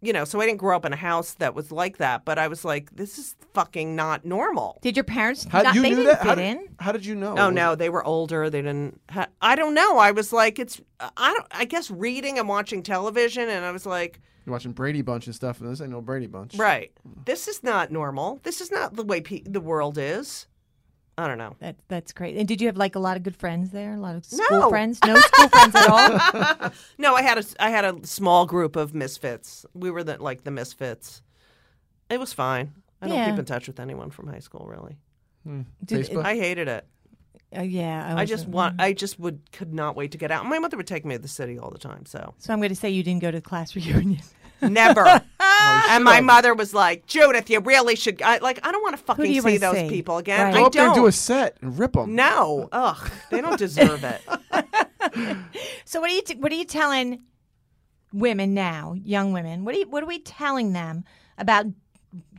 Speaker 5: you know, so I didn't grow up in a house that was like that. But I was like, "This is fucking not normal."
Speaker 3: Did your parents
Speaker 4: How
Speaker 3: not,
Speaker 4: you
Speaker 3: they
Speaker 4: knew
Speaker 3: didn't
Speaker 4: that?
Speaker 3: fit
Speaker 4: how,
Speaker 3: in?
Speaker 4: Did, how did you know?
Speaker 5: Oh no, they were older. They didn't. Ha- I don't know. I was like, it's. I don't. I guess reading and watching television, and I was like,
Speaker 4: You're watching Brady Bunch and stuff, and this ain't no Brady Bunch.
Speaker 5: Right. This is not normal. This is not the way pe- the world is. I don't know.
Speaker 3: That, that's great. And did you have like a lot of good friends there? A lot of school
Speaker 5: No.
Speaker 3: friends? No school friends at all?
Speaker 5: No, I had a I had a small group of misfits. We were the like the misfits. It was fine. I don't
Speaker 3: Yeah.
Speaker 5: keep in touch with anyone from high school really.
Speaker 3: Did-
Speaker 4: Facebook.
Speaker 5: I hated it.
Speaker 3: Uh, yeah.
Speaker 5: I just
Speaker 3: wasn't-
Speaker 5: want I just would could not wait to get out. My mother would take me to the city all the time, so
Speaker 3: So I'm going to say you didn't go to class reunion.
Speaker 5: never.
Speaker 3: Oh,
Speaker 5: and my
Speaker 4: have.
Speaker 5: mother was like, "Judith, you really should I, like I don't want to
Speaker 3: do
Speaker 5: fucking
Speaker 3: you
Speaker 5: see
Speaker 3: wanna
Speaker 5: those
Speaker 3: see?
Speaker 5: people again.
Speaker 3: Right.
Speaker 5: I
Speaker 4: Go up
Speaker 5: don't.
Speaker 4: there and do a set and rip them.
Speaker 5: no. Ugh, they don't deserve it.
Speaker 3: So what are you t- what are you telling women now, young women? What are you, what are we telling them about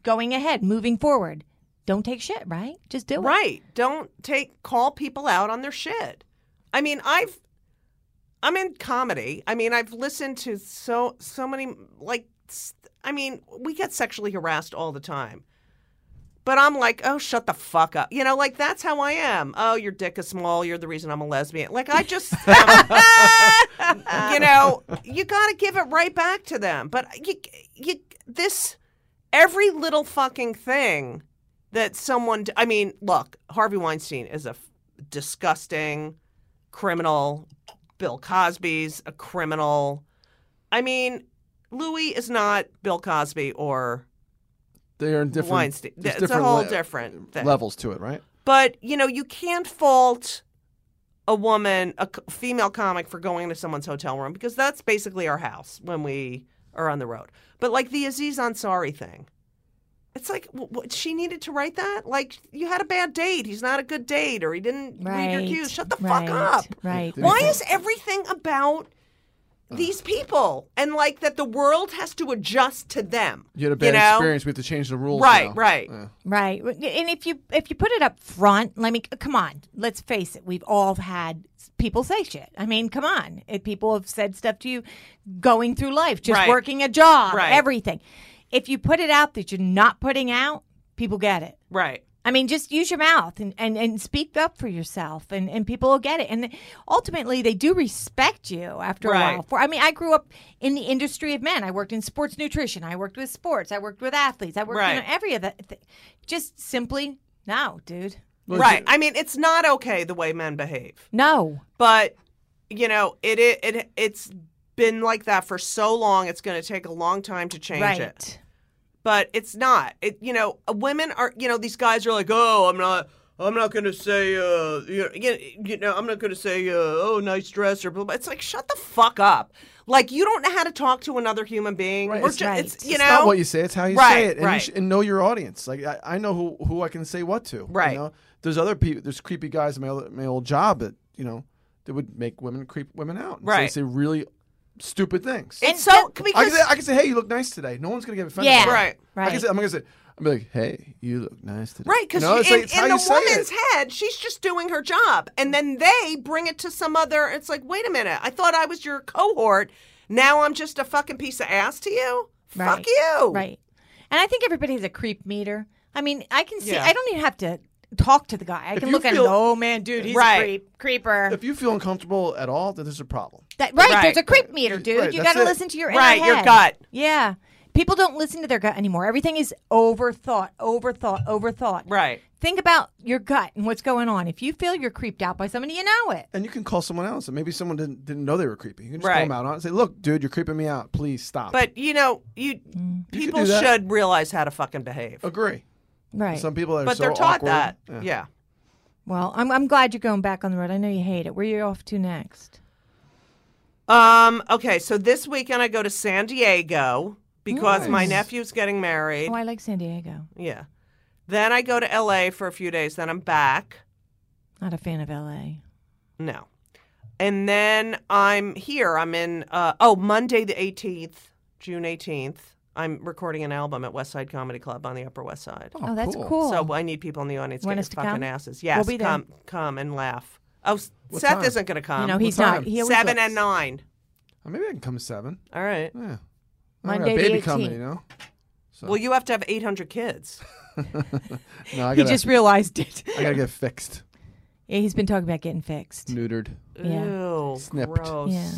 Speaker 3: going ahead, moving forward? Don't take shit, right? Just do it.
Speaker 5: Right. Don't take call people out on their shit. I mean, I've I'm in comedy. I mean, I've listened to so so many like s- I mean, we get sexually harassed all the time. But I'm like, "Oh, shut the fuck up." You know, like that's how I am. "Oh, your dick is small. You're the reason I'm a lesbian." Like I just you know, you got to give it right back to them. But you you this every little fucking thing that someone I mean, look, Harvey Weinstein is a f- disgusting criminal. Bill Cosby's a criminal. I mean, Louis is not Bill Cosby or
Speaker 4: They are in different.
Speaker 5: Weinstein.
Speaker 4: there's
Speaker 5: It's a
Speaker 4: different
Speaker 5: whole
Speaker 4: le-
Speaker 5: different thing.
Speaker 4: levels to it, right?
Speaker 5: But you know, you can't fault a woman, a c- female comic, for going to someone's hotel room because that's basically our house when we are on the road. But like the Aziz Ansari thing, it's like w- w- she needed to write that. Like you had a bad date. He's not a good date, or he didn't read your cues. Shut the
Speaker 3: right,
Speaker 5: fuck up.
Speaker 3: Right.
Speaker 4: Dude.
Speaker 5: Why is everything about
Speaker 4: Uh.
Speaker 5: these people and like that the world has to adjust to them?
Speaker 4: You had a bad
Speaker 5: know?
Speaker 4: experience. We have to change the rules.
Speaker 5: Right,
Speaker 4: now.
Speaker 5: right.
Speaker 4: Yeah.
Speaker 3: Right. And if you if you put it up front, let me come on. Let's face it. We've all had people say shit. I mean, come on. If people have said stuff to you going through life, just
Speaker 5: Right.
Speaker 3: working a job,
Speaker 5: Right.
Speaker 3: everything. If you put it out that you're not putting out, people get it.
Speaker 5: Right.
Speaker 3: I mean, just use your mouth and, and, and speak up for yourself, and, and people will get it. And ultimately, they do respect you after a
Speaker 5: Right.
Speaker 3: while. For I mean, I grew up in the industry of men. I worked in sports nutrition. I worked with sports. I worked with athletes. I worked
Speaker 5: Right.
Speaker 3: you know, every of that. Th- just simply, no, dude,
Speaker 5: Right. I mean, it's not okay the way men behave.
Speaker 3: no.
Speaker 5: but you know it it, it it's been like that for so long it's going to take a long time to change
Speaker 3: right.
Speaker 5: it but it's not it you know women are you know these guys are like oh i'm not i'm not going to say uh you know, you- you know i'm not going to say uh, oh nice dress or blah blah it's like shut the fuck up like you don't know how to talk to another human being
Speaker 4: Right,
Speaker 5: We're
Speaker 4: it's-
Speaker 5: ju-
Speaker 3: Right.
Speaker 5: it's you
Speaker 4: it's
Speaker 5: know
Speaker 4: not what you say; it's how you say
Speaker 5: Right,
Speaker 4: it, and, you
Speaker 5: right.
Speaker 4: sh- and know your audience. Like I, I know who, who I can say what to.
Speaker 5: Right.
Speaker 4: You know? There's other people. There's creepy guys in my, other, my old job that you know that would make women creep women out. And
Speaker 5: Right.
Speaker 4: Say, say really stupid things.
Speaker 5: It's so
Speaker 4: I can,
Speaker 5: because
Speaker 4: say, I can say, hey, you look nice today. No one's gonna get offended.
Speaker 3: Yeah.
Speaker 4: by that.
Speaker 5: right.
Speaker 4: I can
Speaker 3: Right.
Speaker 4: say, I'm gonna say, I'm like, hey, you look nice today.
Speaker 5: Right, because
Speaker 4: You know, it's
Speaker 5: in,
Speaker 4: like, it's
Speaker 5: in
Speaker 4: how
Speaker 5: the
Speaker 4: you say it.
Speaker 5: woman's head, she's just doing her job, and then they bring it to some other. It's like, wait a minute, I thought I was your cohort. Now I'm just a fucking piece of ass to you. Fuck
Speaker 3: Right.
Speaker 5: you.
Speaker 3: Right. And I think everybody has a creep meter. I mean, I can see.
Speaker 5: Yeah.
Speaker 3: I don't even have to talk to the guy. I can
Speaker 4: you
Speaker 3: look at him.
Speaker 4: feel-
Speaker 3: Oh man, dude, he's
Speaker 5: Right.
Speaker 3: a creep, creeper.
Speaker 4: If you feel uncomfortable at all, then there's a problem.
Speaker 3: That- right,
Speaker 5: Right.
Speaker 3: There's a creep meter, dude.
Speaker 4: Right,
Speaker 3: you
Speaker 4: that's
Speaker 3: got to
Speaker 4: it.
Speaker 3: listen to your inner
Speaker 5: Right, your
Speaker 3: head.
Speaker 5: gut.
Speaker 3: Yeah. People don't listen to their gut anymore. Everything is overthought, overthought, overthought.
Speaker 5: Right.
Speaker 3: Think about your gut and what's going on. If you feel you're creeped out by somebody, you know it.
Speaker 4: And you can call someone else, and maybe someone didn't didn't know they were creepy. You can just call
Speaker 5: Right.
Speaker 4: them out on it and say, look, dude, you're creeping me out. Please stop.
Speaker 5: But you know, you
Speaker 3: Mm.
Speaker 5: people
Speaker 4: do that.
Speaker 5: should realize how to fucking behave.
Speaker 4: agree.
Speaker 3: Right.
Speaker 4: Some people are
Speaker 5: But
Speaker 4: so
Speaker 5: they're taught
Speaker 4: awkward.
Speaker 5: that.
Speaker 4: Yeah.
Speaker 5: Yeah.
Speaker 3: well, I'm, I'm glad you're going back on the road. I know you hate it. Where are you off to next?
Speaker 5: Um. Okay. So this weekend I go to San Diego because my nephew's getting married.
Speaker 3: Oh, I like San Diego.
Speaker 5: yeah. Then I go to L.A. for a few days. Then I'm back.
Speaker 3: Not a fan of LA.
Speaker 5: No. And then I'm here. I'm in, uh, oh, Monday the 18th, June 18th. I'm recording an album at West Side Comedy Club on the Upper West Side.
Speaker 3: Oh, that's
Speaker 4: cool.
Speaker 3: cool.
Speaker 5: So I need people in the audience
Speaker 3: Want
Speaker 5: get
Speaker 3: us
Speaker 5: your
Speaker 3: to
Speaker 5: fucking
Speaker 3: come?
Speaker 5: asses. Yes,
Speaker 3: We'll be there.
Speaker 5: come come and laugh. Oh, S-
Speaker 4: What
Speaker 5: Seth
Speaker 4: time?
Speaker 5: isn't going to come.
Speaker 3: you know, he's
Speaker 4: time?
Speaker 3: not. He always
Speaker 5: Um, Seven
Speaker 3: looks.
Speaker 5: and nine.
Speaker 4: Uh, Maybe I can come at seven.
Speaker 5: All right.
Speaker 4: Yeah. I
Speaker 3: Monday
Speaker 4: got a
Speaker 3: the
Speaker 4: baby coming,
Speaker 3: 18th.
Speaker 4: you know. So,
Speaker 5: Well, you have to have 800 kids.
Speaker 4: no, I
Speaker 3: He
Speaker 4: gotta,
Speaker 3: just realized it.
Speaker 4: I gotta get fixed,
Speaker 3: yeah, he's been talking about getting fixed.
Speaker 4: neutered.
Speaker 3: Yeah.
Speaker 5: Ew,
Speaker 4: Snipped.
Speaker 5: gross.
Speaker 3: Yeah.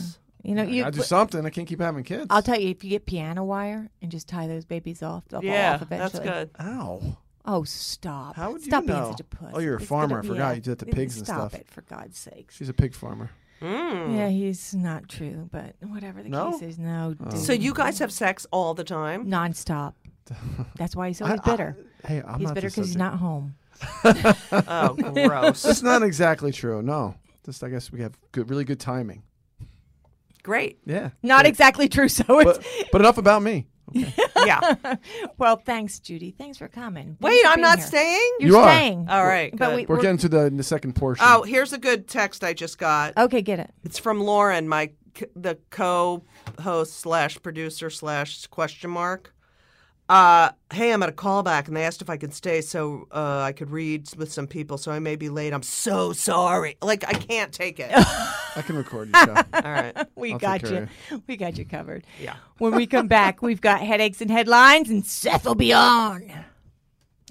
Speaker 3: You know, you.
Speaker 4: I gotta do something. I can't keep having kids.
Speaker 3: I'll tell you, if you get piano wire and just tie those babies off, they'll
Speaker 5: Yeah,
Speaker 3: fall off
Speaker 5: that's
Speaker 3: eventually.
Speaker 5: good.
Speaker 4: Ow.
Speaker 3: Oh, stop!
Speaker 4: How would you
Speaker 3: stop being
Speaker 4: know?
Speaker 3: such a puss.
Speaker 4: Oh, you're a
Speaker 3: It's
Speaker 4: farmer.
Speaker 3: gonna-
Speaker 4: I forgot
Speaker 3: yeah.
Speaker 4: you do that to
Speaker 3: Yeah,
Speaker 4: pigs and
Speaker 3: stop
Speaker 4: stuff.
Speaker 3: it, for God's sakes.
Speaker 4: She's a pig farmer.
Speaker 3: Yeah,
Speaker 5: Mm.
Speaker 3: he's not true, but whatever the
Speaker 4: No?
Speaker 3: case is, no.
Speaker 4: Oh.
Speaker 3: dude.
Speaker 5: So you guys have sex all the time?
Speaker 3: nonstop. That's why he's
Speaker 4: I-
Speaker 3: always bitter.
Speaker 4: I- hey, I'm
Speaker 3: he's
Speaker 4: not
Speaker 3: bitter
Speaker 4: the
Speaker 3: because he's
Speaker 4: subject.
Speaker 3: not home.
Speaker 5: Oh, gross.
Speaker 4: That's not exactly true. No. Just I guess we have good, really good timing.
Speaker 5: Great.
Speaker 4: Yeah.
Speaker 3: Not exactly true. So it's
Speaker 4: But, but enough about me.
Speaker 5: Yeah.
Speaker 3: well. Thanks, Judy. Thanks for coming. Thanks
Speaker 5: Wait,
Speaker 3: for
Speaker 5: I'm
Speaker 3: being
Speaker 5: not
Speaker 3: here.
Speaker 5: staying?
Speaker 3: You're
Speaker 4: You are.
Speaker 3: staying.
Speaker 5: All right,
Speaker 3: but
Speaker 5: good.
Speaker 3: we,
Speaker 4: We're
Speaker 3: we're-
Speaker 4: getting to the, the second portion.
Speaker 5: Oh, here's a good text I just got.
Speaker 3: okay. Get it.
Speaker 5: It's from Lauren, my c- the co-host slash producer slash question mark. Uh, hey, I'm at a callback, and they asked if I could stay so uh, I could read with some people. So I may be late. I'm so sorry. Like I can't take it. All
Speaker 4: I can record your show.
Speaker 5: right.
Speaker 3: We
Speaker 4: I'll take
Speaker 3: got
Speaker 4: care
Speaker 3: you. We got you covered.
Speaker 5: Yeah.
Speaker 3: When we come back, we've got headaches and headlines, and Seth will be on.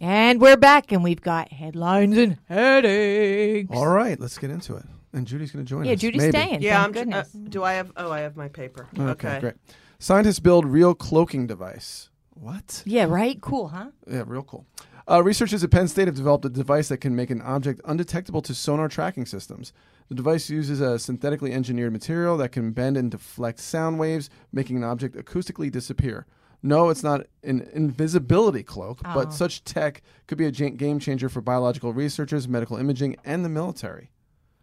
Speaker 3: And we're back, and we've got headlines and headaches.
Speaker 4: All right, let's get into it. And Judy's going to join us.
Speaker 3: Yeah, Judy's
Speaker 4: Oh, maybe.
Speaker 3: staying.
Speaker 5: Yeah.
Speaker 3: thank
Speaker 5: I'm. ju- uh,
Speaker 3: goodness.
Speaker 5: do I have? Oh, I have my paper.
Speaker 4: Okay, great. Scientists build real cloaking device. What?
Speaker 3: yeah, right. Cool, huh?
Speaker 4: Yeah, real cool. Uh, researchers at Penn State have developed a device that can make an object undetectable to sonar tracking systems. The device uses a synthetically engineered material that can bend and deflect sound waves, making an object acoustically disappear. No, it's not an invisibility cloak,
Speaker 3: Ah.
Speaker 4: but such tech could be a ja- game changer for biological researchers, medical imaging, and the military.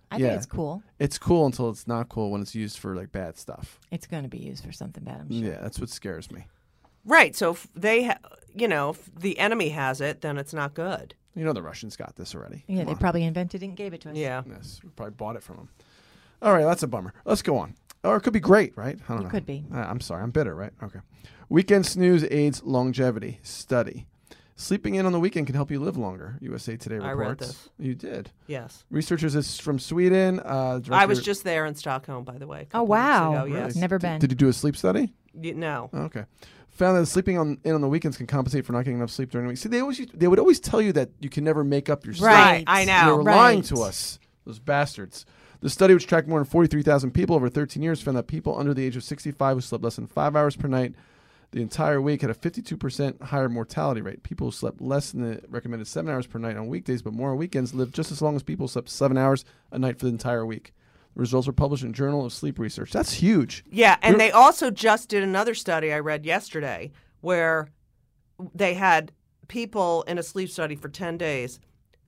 Speaker 3: I
Speaker 4: Yeah.
Speaker 3: think it's cool.
Speaker 4: It's cool until it's not cool when it's used for like bad stuff.
Speaker 3: It's going to be used for something bad. I'm sure.
Speaker 4: Yeah, that's what scares me.
Speaker 5: Right. So if they, ha- you know, if the enemy has it, then it's not good.
Speaker 4: You know the Russians got this already.
Speaker 3: Yeah,
Speaker 4: Come
Speaker 3: they
Speaker 4: on.
Speaker 3: probably invented it and gave it to us.
Speaker 5: Yeah.
Speaker 4: Yes, we probably bought it from him. All right, that's a bummer. Let's go on. Or it could be great, right? I don't know.
Speaker 3: could be.
Speaker 4: I- I'm sorry, I'm bitter, right? Okay. Weekend snooze aids longevity study. Sleeping in on the weekend can help you live longer. USA Today
Speaker 5: I
Speaker 4: reports.
Speaker 5: read this.
Speaker 4: You did.
Speaker 5: Yes.
Speaker 4: Researchers is from Sweden. Uh,
Speaker 5: I was
Speaker 4: director-
Speaker 5: just there in Stockholm, by the way. a
Speaker 3: Oh
Speaker 5: couple weeks
Speaker 3: wow!
Speaker 5: ago, yes.
Speaker 3: Never
Speaker 4: Did-
Speaker 3: been.
Speaker 4: Did you do a sleep study?
Speaker 5: You- no.
Speaker 4: Oh, Okay. Found that sleeping on in on the weekends can compensate for not getting enough sleep during the week. See, they always used- they would always tell you that you can never make up your sleep.
Speaker 5: Right, I
Speaker 4: They were
Speaker 5: know.
Speaker 3: Right.
Speaker 4: lying to us, those bastards. The study, which tracked more than 43,000 people over 13 years, found that people under the age of 65 who slept less than five hours per night the entire week had a 52% higher mortality rate. People who slept less than the recommended seven hours per night on weekdays but more on weekends lived just as long as people who slept seven hours a night for the entire week. The results were published in Journal of Sleep Research. That's huge.
Speaker 5: Yeah, and they also just did another study I read yesterday where they had people in a sleep study for 10 days.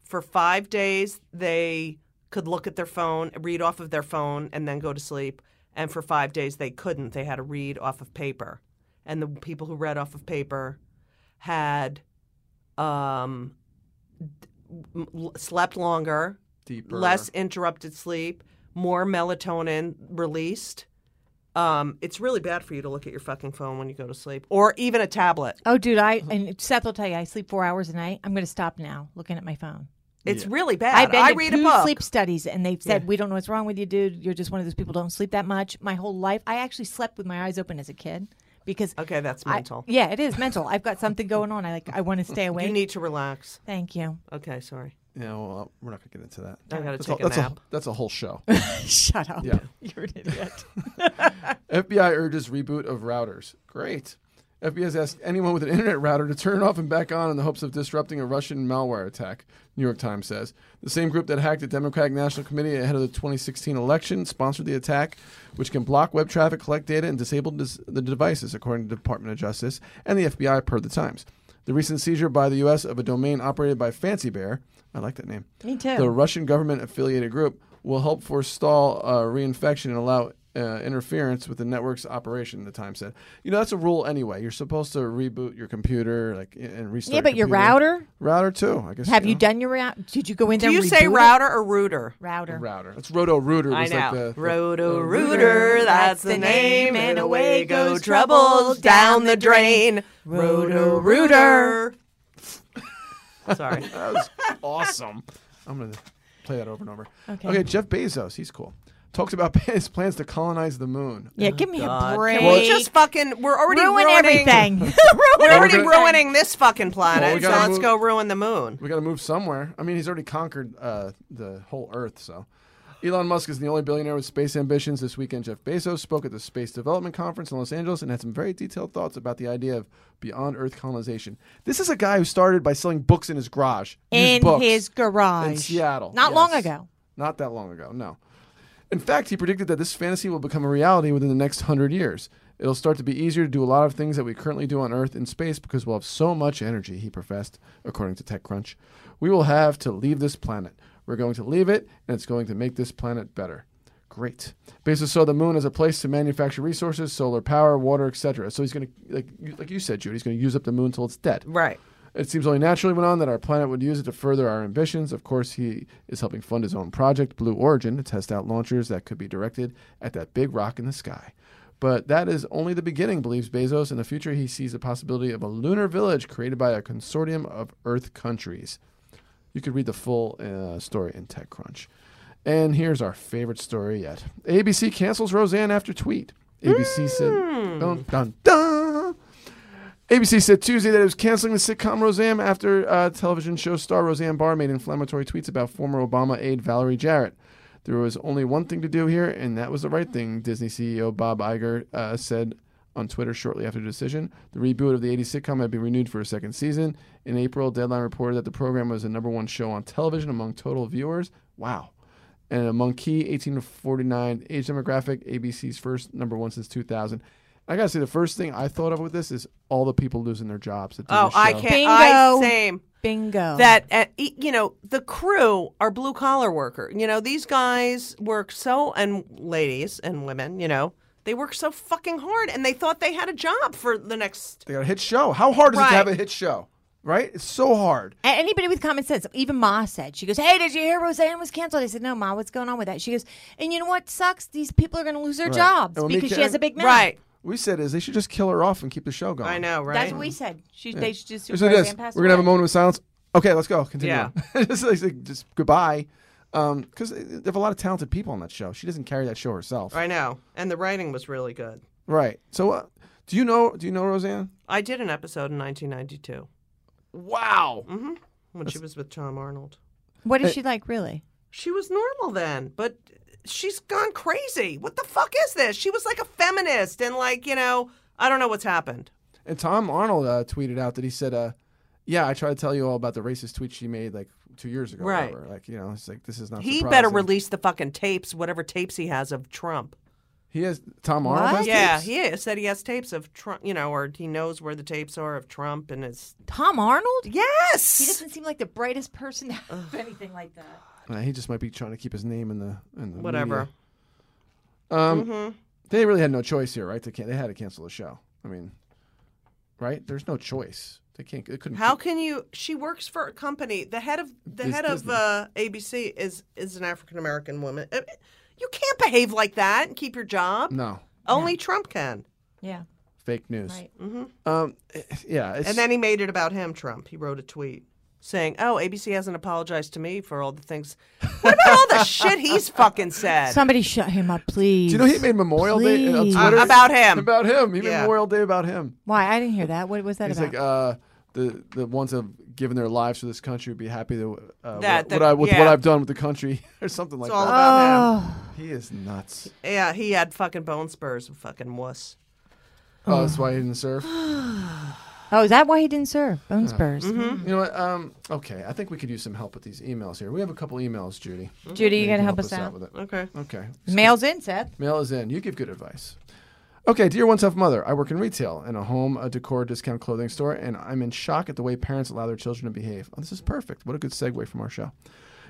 Speaker 5: For 5 days they could look at their phone, read off of their phone and then go to sleep, and for 5 days they couldn't. They had to read off of paper. And the people who read off of paper had um d- m- l- slept longer,
Speaker 4: Deeper.
Speaker 5: less interrupted sleep, more melatonin released, um, it's really bad for you to look at your fucking phone when you go to sleep, or even a tablet.
Speaker 3: Oh, dude, I and Seth will tell you I sleep four hours a night. I'm going to stop now looking at my phone.
Speaker 5: It's really
Speaker 3: I've
Speaker 5: bad.
Speaker 3: been
Speaker 5: I
Speaker 3: to
Speaker 5: read
Speaker 3: two
Speaker 5: a book.
Speaker 3: sleep studies, and they've said we don't know what's wrong with you, dude. You're just one of those people who don't sleep that much. My whole life, I actually slept with my eyes open as a kid because
Speaker 5: Okay, that's
Speaker 3: I-
Speaker 5: mental.
Speaker 3: yeah, it is mental. I've got something going on. I like. I want to stay awake.
Speaker 5: you need to relax.
Speaker 3: Thank you.
Speaker 5: Okay, sorry.
Speaker 4: Yeah, well, we're not going to get into that.
Speaker 5: I gotta
Speaker 4: that's
Speaker 5: take
Speaker 4: a,
Speaker 5: a
Speaker 4: that's
Speaker 5: nap.
Speaker 4: that's a whole show.
Speaker 3: Shut up.
Speaker 4: Yeah.
Speaker 3: You're an idiot.
Speaker 4: FBI urges reboot of routers. Great. FBI has asked anyone with an internet router to turn it off and back on in the hopes of disrupting a Russian malware attack, New York Times says. The same group that hacked the Democratic National Committee ahead of the 2016 election sponsored the attack, which can block web traffic, collect data, and disable dis- the devices, according to the Department of Justice and the FBI, per the Times. The recent seizure by the U.S. of a domain operated by Fancy Bear, I like that name.
Speaker 3: Me too.
Speaker 4: The Russian government affiliated group will help forestall uh, reinfection and allow uh, interference with the network's operation, the Times said. You know, that's a rule anyway. You're supposed to reboot your computer like and- and restart
Speaker 3: Yeah, but your
Speaker 4: computer.
Speaker 3: router?
Speaker 4: Router, too, I guess.
Speaker 3: Have you
Speaker 4: know.
Speaker 3: done your route? Did you go in there?
Speaker 5: Do you
Speaker 3: and
Speaker 5: say
Speaker 3: reboot it?
Speaker 5: router or router?
Speaker 3: Router.
Speaker 4: Router. That's Roto Rooter.
Speaker 5: I
Speaker 4: was
Speaker 5: know.
Speaker 4: Like the, uh, the-
Speaker 5: Roto Rooter, that's the name, and away go troubles down the drain. Roto Rooter. Sorry.
Speaker 4: That was awesome. I'm going to play that over and over.
Speaker 3: Okay.
Speaker 4: okay, Jeff Bezos, he's cool. Talks about his plans to colonize the moon.
Speaker 3: Yeah, give
Speaker 5: Oh,
Speaker 3: me a break.
Speaker 5: Can we just fucking, we're already
Speaker 3: ruin
Speaker 5: ruining
Speaker 3: everything. ruin
Speaker 5: We're already
Speaker 4: gonna-
Speaker 5: ruining this fucking
Speaker 4: Well,
Speaker 5: planet,
Speaker 4: we
Speaker 5: so
Speaker 4: gotta
Speaker 5: let's
Speaker 4: move-
Speaker 5: go ruin the moon.
Speaker 4: We got to move somewhere. I mean, he's already conquered uh, the whole Earth, so. Elon Musk is the only billionaire with space ambitions. This weekend, Jeff Bezos spoke at the Space Development Conference in Los Angeles and had some very detailed thoughts about the idea of beyond Earth colonization. This is a guy who started by selling books in his garage. Used
Speaker 3: in
Speaker 4: books.
Speaker 3: his garage
Speaker 4: In Seattle.
Speaker 3: Not long
Speaker 4: yes.
Speaker 3: ago.
Speaker 4: Not that long ago, no. In fact, he predicted that this fantasy will become a reality within the next hundred years. It'll start to be easier to do a lot of things that we currently do on Earth in space because we'll have so much energy, he professed, according to TechCrunch. We will have to leave this planet. We're going to leave it, and it's going to make this planet better. Great. Bezos saw the moon as a place to manufacture resources, solar power, water, etc. So he's going to, like, you- like you said, Judy, he's going to use up the moon until it's dead.
Speaker 5: Right.
Speaker 4: It seems only naturally went on that our planet would use it to further our ambitions. Of course, he is helping fund his own project, Blue Origin, to test out launchers that could be directed at that big rock in the sky. But that is only the beginning, believes Bezos. In the future, he sees the possibility of a lunar village created by a consortium of Earth countries. You could read the full uh, story in TechCrunch. And here's our favorite story yet ABC cancels Roseanne after tweet. ABC said, dun, dun, dun. ABC said Tuesday that it was canceling the sitcom Roseanne after uh, television show star Roseanne Barr made inflammatory tweets about former Obama aide Valerie Jarrett. There was only one thing to do here, and that was the right thing, Disney CEO Bob Iger uh, said on Twitter shortly after the decision. The reboot of the 80s sitcom had been renewed for a second season. In April, Deadline reported that the program was the number one show on television among total viewers. Wow. And among key 18 Uh, to 49 age demographic, ABC's first number one since 2000. I gotta say, the first thing I thought of with this is all the people losing their jobs. That do
Speaker 5: Oh,
Speaker 4: this
Speaker 5: I
Speaker 4: show.
Speaker 5: can't. I
Speaker 3: Bingo.
Speaker 5: same.
Speaker 3: Bingo.
Speaker 5: That uh, e- you know, the crew are blue collar worker. You know, these guys work so, and ladies and women, you know, they work so fucking hard, and they thought they had a job for the next.
Speaker 4: They got a hit show. How hard is it to
Speaker 5: Right.
Speaker 4: have a hit show? Right? It's so hard.
Speaker 3: A- Anybody with common sense, even Ma said, she goes, Hey, did you hear Roseanne was canceled? I said, No, Ma, what's going on with that? She goes, And you know what sucks? These people are going to lose their jobs
Speaker 4: And when they
Speaker 3: because she
Speaker 4: can-
Speaker 3: has a big mouth.
Speaker 5: Right.
Speaker 4: We said is they should just kill her off and keep the show going.
Speaker 5: I know, right?
Speaker 3: That's what we said. She, They should just do
Speaker 4: Here's what it is.
Speaker 3: Roseanne
Speaker 4: We're
Speaker 3: passed
Speaker 4: gonna have a
Speaker 3: away.
Speaker 4: moment of silence. Okay, let's go. Continue.
Speaker 5: Yeah.
Speaker 4: just, like- like, just goodbye. Because they have a lot of talented people on that show. She doesn't carry that show herself.
Speaker 5: I know, and the writing was really good.
Speaker 4: Right. So, uh, do you know? Do you know Roseanne?
Speaker 5: I did an episode in 1992
Speaker 4: Wow.
Speaker 5: when she was with Tom Arnold.
Speaker 3: What is she like, really?
Speaker 5: She was normal then, but she's gone crazy. What the fuck is this? She was like a feminist and like, you know, I don't know what's happened.
Speaker 4: And Tom Arnold uh, tweeted out that he said, uh, "Yeah, I tried to tell you all about the racist tweet she made like two years ago. or
Speaker 5: Right.
Speaker 4: whatever." Like, you know, it's like this is not.
Speaker 5: He
Speaker 4: surprising.
Speaker 5: better release the fucking tapes, whatever tapes he has of Trump.
Speaker 4: He has Tom Arnold.
Speaker 3: What?
Speaker 4: Has
Speaker 5: yeah,
Speaker 4: tapes?
Speaker 5: he is. said he has tapes of Trump, you know, or he knows where the tapes are of Trump and his.
Speaker 3: Tom Arnold? He
Speaker 5: Yes!
Speaker 3: doesn't seem like the brightest person to have anything like that.
Speaker 4: Uh, he just might be trying to keep his name in the in the
Speaker 5: Whatever. Mm-hmm.
Speaker 4: media. Um, they really had no choice here, right? They can They had to cancel the show. I mean, right? There's no choice. They can't. They couldn't.
Speaker 5: How can you? She works for a company. The head of the
Speaker 4: Dis-
Speaker 5: head
Speaker 4: Disney.
Speaker 5: of uh, ABC is is an African American woman. Uh, You can't behave like that and keep your job.
Speaker 4: No.
Speaker 5: Only Trump can.
Speaker 6: Yeah.
Speaker 4: Fake news.
Speaker 6: Right.
Speaker 4: Um, yeah. It's,
Speaker 5: And then he made it about him, Trump. He wrote a tweet saying, Oh, ABC hasn't apologized to me for all the things. What about all the shit he's fucking said?
Speaker 3: Somebody shut him up, please.
Speaker 4: do you know he made Memorial Day on
Speaker 3: Please.
Speaker 4: Twitter
Speaker 5: Uh, about him.
Speaker 4: About him. He made
Speaker 5: Yeah.
Speaker 4: Memorial Day about him.
Speaker 3: Why? I didn't hear that. What was that
Speaker 4: He's
Speaker 3: about?
Speaker 4: like, uh, the the ones that have given their lives for this country would be happy to uh,
Speaker 5: That-
Speaker 4: what,
Speaker 5: that-
Speaker 4: what I with what
Speaker 5: yeah.
Speaker 4: I've done with the country or something like
Speaker 5: It's all
Speaker 4: that.
Speaker 5: about
Speaker 3: Oh.
Speaker 5: him.
Speaker 4: He is nuts.
Speaker 5: Yeah, he had fucking bone spurs and fucking wuss.
Speaker 4: Oh, that's why he didn't serve.
Speaker 3: oh, is that why he didn't serve?
Speaker 4: uh,
Speaker 3: Bone spurs.
Speaker 5: Mm-hmm.
Speaker 4: You know what? Um, okay, I think we could use some help with these emails here. We have a couple emails, Judy.
Speaker 3: Judy, you gonna
Speaker 4: Maybe can
Speaker 3: help, us out?
Speaker 4: with it.
Speaker 5: Okay.
Speaker 4: Okay.
Speaker 3: Mail's in, Seth.
Speaker 4: Mail is in. You give good advice. Okay, dear One Tough Mother, I work in retail in a home, a decor, discount clothing store, and I'm in shock at the way parents allow their children to behave. Oh, this is perfect. What a good segue from our show.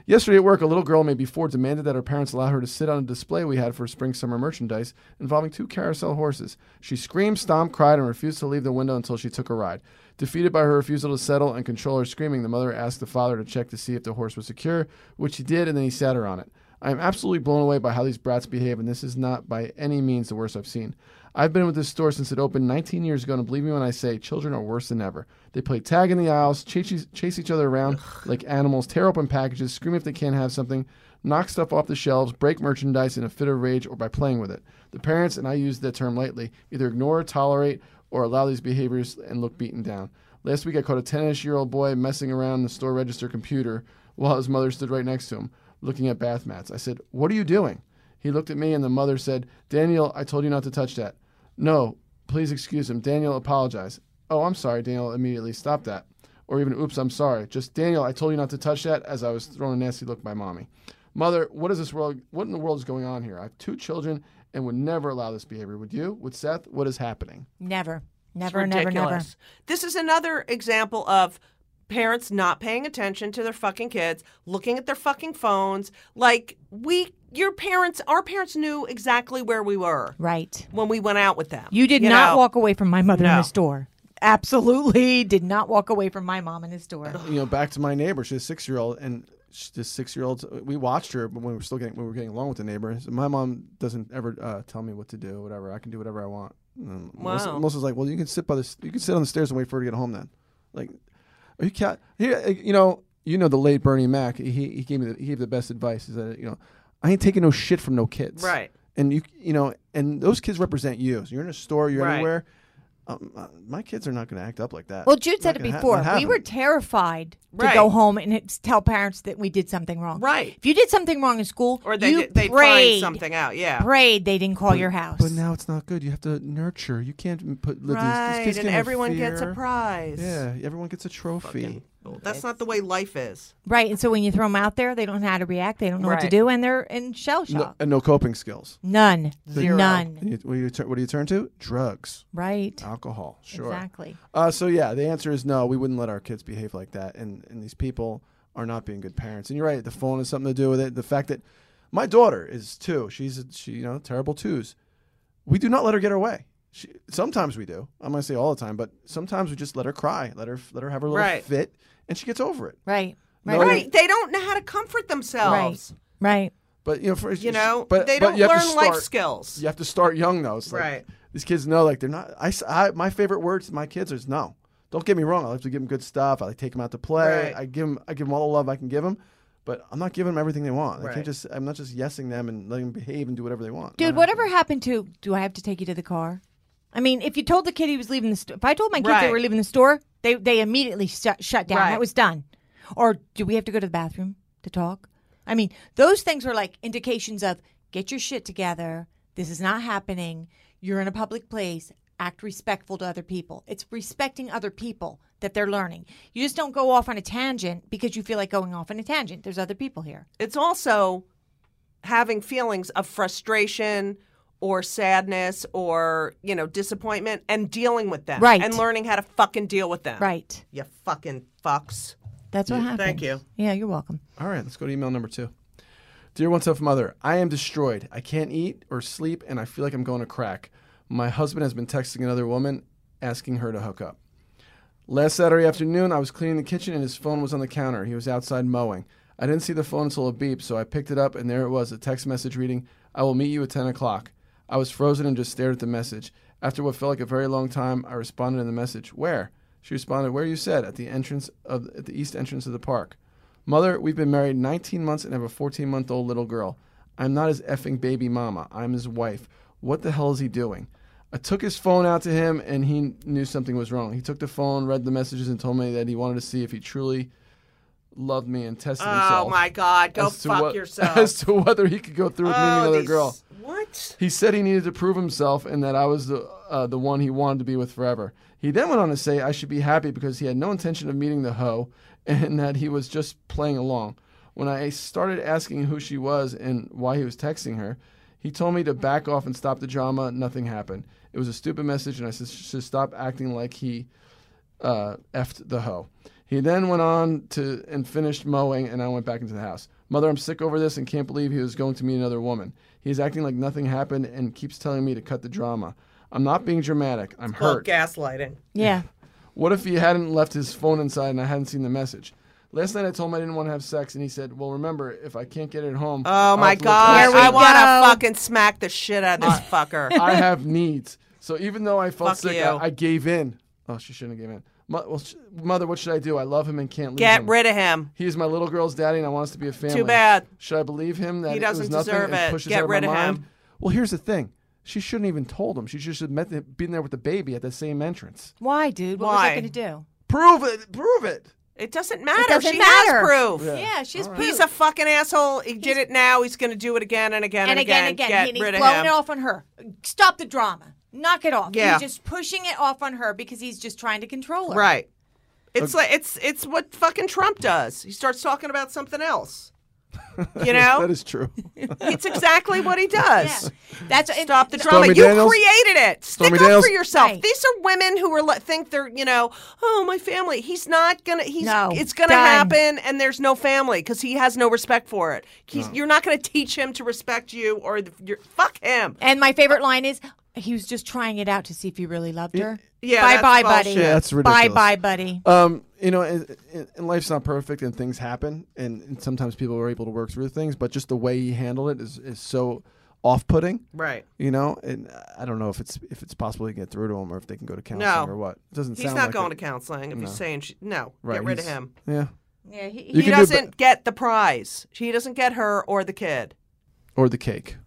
Speaker 4: Yesterday at work, a little girl, maybe four, demanded that her parents allow her to sit on a display we had for spring summer merchandise involving two carousel horses. She screamed, stomped, cried, and refused to leave the window until she took a ride. Defeated by her refusal to settle and control her screaming, the mother asked the father to check to see if the horse was secure, which he did, and then he sat her on it. I am absolutely blown away by how these brats behave, and this is not by any means the worst I've seen. I've been with this store since it opened 19 years ago, and believe me when I say children are worse than ever. They play tag in the aisles, chase, chase each other around like animals, tear open packages, scream if they can't have something, knock stuff off the shelves, break merchandise in a fit of rage, or by playing with it. The parents, and I use that term lightly, either ignore, tolerate, or allow these behaviors and look beaten down. Last week, I caught a 10 ish year old boy messing around the store register computer while his mother stood right next to him, looking at bath mats. I said, What are you doing? He looked at me, and the mother said, Daniel, I told you not to touch that. No, please excuse him. Daniel, apologize. Oh, I'm sorry. Daniel immediately stopped that. Or even, oops, I'm sorry. Just, Daniel, I told you not to touch that as I was thrown a nasty look by mommy. Mother, what is this world? What in the world is going on here? I have two children and would never allow this behavior. Would you? Would Seth? What is happening?
Speaker 3: Never,
Speaker 5: It's
Speaker 3: never, never, never.
Speaker 5: ridiculous. This is another example of parents not paying attention to their fucking kids, looking at their fucking phones. Like we, your parents, our parents knew exactly where we were
Speaker 3: Right.
Speaker 5: when we went out with them.
Speaker 3: You did not
Speaker 5: know?
Speaker 3: walk away from my mother in
Speaker 5: No.
Speaker 3: the store. Absolutely did not walk away from my mom in the store.
Speaker 4: you know, back to my neighbor. She's a six year old, and sh this six year old, we watched her when we were still getting when we were getting along with the neighbor. So my mom doesn't ever uh, tell me what to do, whatever. I can do whatever I want. Mm. Melissa,
Speaker 5: Wow.
Speaker 4: Melissa's like, well, you can sit by this, you can sit on the stairs and wait for her to get home. Then, like, are you cat? Here, uh, you know, you know the late Bernie Mac. He he gave me the, he gave the best advice. Is that you know, I ain't taking no shit from no kids,
Speaker 5: Right.
Speaker 4: And you you know, and those kids represent you. So you're in a store, you're
Speaker 5: Right.
Speaker 4: anywhere. Um, uh, my kids are not going to act up like that.
Speaker 3: Well, Jude said
Speaker 4: Not
Speaker 3: it
Speaker 4: gonna ha-
Speaker 3: before.
Speaker 4: not
Speaker 3: we
Speaker 4: happening.
Speaker 3: were terrified to
Speaker 5: Right.
Speaker 3: go home and it's- tell parents that we did something wrong.
Speaker 5: Right.
Speaker 3: If you did something wrong in school,
Speaker 5: or they
Speaker 3: you
Speaker 5: did- they
Speaker 3: prayed,
Speaker 5: find something out. Yeah.
Speaker 3: prayed they didn't call your house.
Speaker 4: But now it's not good. You have to nurture. You can't m- put live these, these
Speaker 5: Right,
Speaker 4: kids
Speaker 5: and
Speaker 4: can't have
Speaker 5: everyone gets a
Speaker 4: fear.
Speaker 5: prize.
Speaker 4: Yeah, everyone gets a trophy.
Speaker 5: That's not the way life is.
Speaker 3: right. And so when you throw them out there, they don't know how to react. They don't know what to
Speaker 5: Right.
Speaker 3: do. And they're in shell
Speaker 4: No, uh,
Speaker 3: shock.
Speaker 4: and no coping skills.
Speaker 3: None.
Speaker 5: Zero.
Speaker 3: None.
Speaker 4: You- what, do you tur- what do you turn to? Drugs,
Speaker 3: Right.
Speaker 4: alcohol. Oh, Sure.
Speaker 3: Exactly.
Speaker 4: Uh, so yeah, the answer is no. We wouldn't let our kids behave like that, and and these people are not being good parents. And you're right. The phone has something to do with it. The fact that my daughter is two. She's a, she you know terrible twos. We do not let her get her way. She, sometimes we do. I'm gonna say all the time, but sometimes we just let her cry, let her let her have her little
Speaker 5: Right.
Speaker 4: fit, and she gets over it.
Speaker 3: Right.
Speaker 4: No,
Speaker 3: Right.
Speaker 5: Right. They don't know how to comfort themselves.
Speaker 3: Right.
Speaker 4: But you know, for,
Speaker 5: You know,
Speaker 4: but,
Speaker 5: they
Speaker 4: but
Speaker 5: don't
Speaker 4: you have
Speaker 5: learn
Speaker 4: to start-
Speaker 5: life skills.
Speaker 4: You have to start young, though. It's like,
Speaker 5: Right.
Speaker 4: These kids know, like they're not. I, s- I- my favorite words to my kids is no. Don't get me wrong. I like to give them good stuff. I like take them out to play.
Speaker 5: Right.
Speaker 4: I give them, I give them all the love I can give them, but I'm not giving them everything they want. I
Speaker 5: Right.
Speaker 4: can't just. I'm not just yesing them and letting them behave and do whatever they want.
Speaker 3: Dude,
Speaker 4: Not
Speaker 3: whatever happened to do I have to take you to the car? I mean, if you told the kid he was leaving the store, if I told my kids they
Speaker 5: Right.
Speaker 3: were leaving the store, they they immediately shut, shut down.
Speaker 5: Right.
Speaker 3: That was done. Or do we have to go to the bathroom to talk? I mean, those things are like indications of get your shit together. This is not happening. You're in a public place. Act respectful to other people. It's respecting other people that they're learning. You just don't go off on a tangent because you feel like going off on a tangent. There's other people here.
Speaker 5: It's also having feelings of frustration or sadness or, you know, disappointment and dealing with them.
Speaker 3: Right.
Speaker 5: And learning how to fucking deal with them.
Speaker 3: Right.
Speaker 5: You fucking fucks.
Speaker 3: That's what happened.
Speaker 5: Thank you.
Speaker 3: Yeah, you're welcome.
Speaker 4: All right, let's go to email number two. Dear One Tough Mother, I am destroyed. I can't eat or sleep, and I feel like I'm going to crack. My husband has been texting another woman, asking her to hook up. Last Saturday afternoon, I was cleaning the kitchen, and his phone was on the counter. He was outside mowing. I didn't see the phone until it beeped, so I picked it up, and there it was a text message reading, I will meet you at 10 o'clock. I was frozen and just stared at the message. After what felt like a very long time, I responded in the message, Where? She responded, Where you said, at the entrance of at the east entrance of the park. Mother, we've been married 19 months and have a 14 month old little girl. I'm not his effing baby mama. I'm his wife. What the hell is he doing? I took his phone out to him and he knew something was wrong. He took the phone, read the messages, and told me that he wanted to see if he truly loved me and tested himself.
Speaker 5: Oh my God, go
Speaker 4: as to
Speaker 5: fuck
Speaker 4: what-
Speaker 5: yourself.
Speaker 4: As to whether he could go through with meeting
Speaker 5: Oh,
Speaker 4: another
Speaker 5: these-
Speaker 4: girl.
Speaker 5: What?
Speaker 4: He said he needed to prove himself and that I was the uh, the one he wanted to be with forever. He then went on to say I should be happy because he had no intention of meeting the hoe and that he was just playing along. When I started asking who she was and why he was texting her, he told me to back off and stop the drama. Nothing happened. It was a stupid message, and I s- should stop acting like he uh, effed the hoe. He then went on to and finished mowing, and I went back into the house. Mother, I'm sick over this and can't believe he was going to meet another woman. He's acting like nothing happened and keeps telling me to cut the drama. I'm not being dramatic. I'm
Speaker 5: Well,
Speaker 4: hurt.
Speaker 5: gaslighting.
Speaker 3: Yeah.
Speaker 4: What if he hadn't left his phone inside and I hadn't seen the message? Last night I told him I didn't want to have sex, and he said, "Well, remember, if I can't get it at home,
Speaker 5: Oh my God,
Speaker 3: Here we
Speaker 5: I want
Speaker 3: go.
Speaker 5: to fucking smack the shit out of this fucker.
Speaker 4: I have needs. So even though I felt
Speaker 5: Fuck
Speaker 4: sick,
Speaker 5: you.
Speaker 4: I, I gave in. Oh, she shouldn't have given in. Mo- well, sh- mother, what should I do? I love him and can't leave
Speaker 5: Get
Speaker 4: him.
Speaker 5: rid of him.
Speaker 4: He is my little girl's daddy, and I want us to be a family.
Speaker 5: bad.
Speaker 4: Should I believe him that
Speaker 5: He
Speaker 4: it was
Speaker 5: doesn't
Speaker 4: nothing
Speaker 5: deserve
Speaker 4: and
Speaker 5: it.
Speaker 4: pushes
Speaker 5: Get
Speaker 4: out
Speaker 5: rid
Speaker 4: my
Speaker 5: of
Speaker 4: mind?
Speaker 5: him.
Speaker 4: Well, here's the thing. She shouldn't have even told him. She just had met him, been there with the baby at the same entrance.
Speaker 3: Why, dude? What was I
Speaker 5: Why?
Speaker 3: going to do?
Speaker 4: Prove it. Prove it.
Speaker 5: It doesn't matter.
Speaker 3: doesn't
Speaker 5: she
Speaker 3: matter.
Speaker 5: has proof.
Speaker 3: Yeah, she's
Speaker 5: He's
Speaker 3: pooped.
Speaker 5: a fucking asshole. He did it now. He's going to do it again and again and,
Speaker 3: and again, again,
Speaker 5: Get
Speaker 3: and he's
Speaker 5: rid of
Speaker 3: blowing
Speaker 5: him.
Speaker 3: it off on her. Stop the drama. Knock it off.
Speaker 5: Yeah.
Speaker 3: He's just pushing it off on her because he's just trying to control her.
Speaker 5: Right. It's like it's it's what fucking Trump does. He starts talking about something else. You know,
Speaker 4: That is true.
Speaker 5: it's exactly what he does.
Speaker 3: Yeah. That's and-
Speaker 5: Stop the
Speaker 3: th-
Speaker 5: drama.
Speaker 4: Stormy
Speaker 5: you
Speaker 4: Daniels?
Speaker 5: created it. Stick
Speaker 4: Stormy
Speaker 5: up
Speaker 4: Daniels?
Speaker 5: for yourself.
Speaker 3: Right.
Speaker 5: These are women who are le- think they're you know, oh my family. He's not gonna. He's
Speaker 3: No.
Speaker 5: it's gonna
Speaker 3: Done.
Speaker 5: happen, and there's no family because he has no respect for it. He's, You're not gonna teach him to respect you or the, your fuck him.
Speaker 3: And my favorite line is, he was just trying it out to see if he really loved her.
Speaker 5: Yeah,
Speaker 3: bye
Speaker 5: that's
Speaker 3: bye,
Speaker 5: bullshit.
Speaker 3: buddy.
Speaker 4: Yeah, that's
Speaker 3: Bye
Speaker 4: ridiculous.
Speaker 3: bye, buddy.
Speaker 4: Um, you know, and, and- and life's not perfect, and things happen, and, and sometimes people are able to work through things. But just the way he handled it is, is so off-putting,
Speaker 5: Right.
Speaker 4: you know. And I don't know if it's if it's possible to get through to him or if they can go to counseling
Speaker 5: No.
Speaker 4: or what. It doesn't.
Speaker 5: He's
Speaker 4: sound
Speaker 5: not
Speaker 4: like
Speaker 5: going
Speaker 4: it.
Speaker 5: to counseling if he's saying she, no.
Speaker 4: Right,
Speaker 5: get rid of
Speaker 4: he's-
Speaker 5: him.
Speaker 4: Yeah,
Speaker 3: Yeah, he,
Speaker 4: You can
Speaker 5: He
Speaker 4: do
Speaker 5: doesn't get the prize. He doesn't get her or the kid.
Speaker 4: or the cake.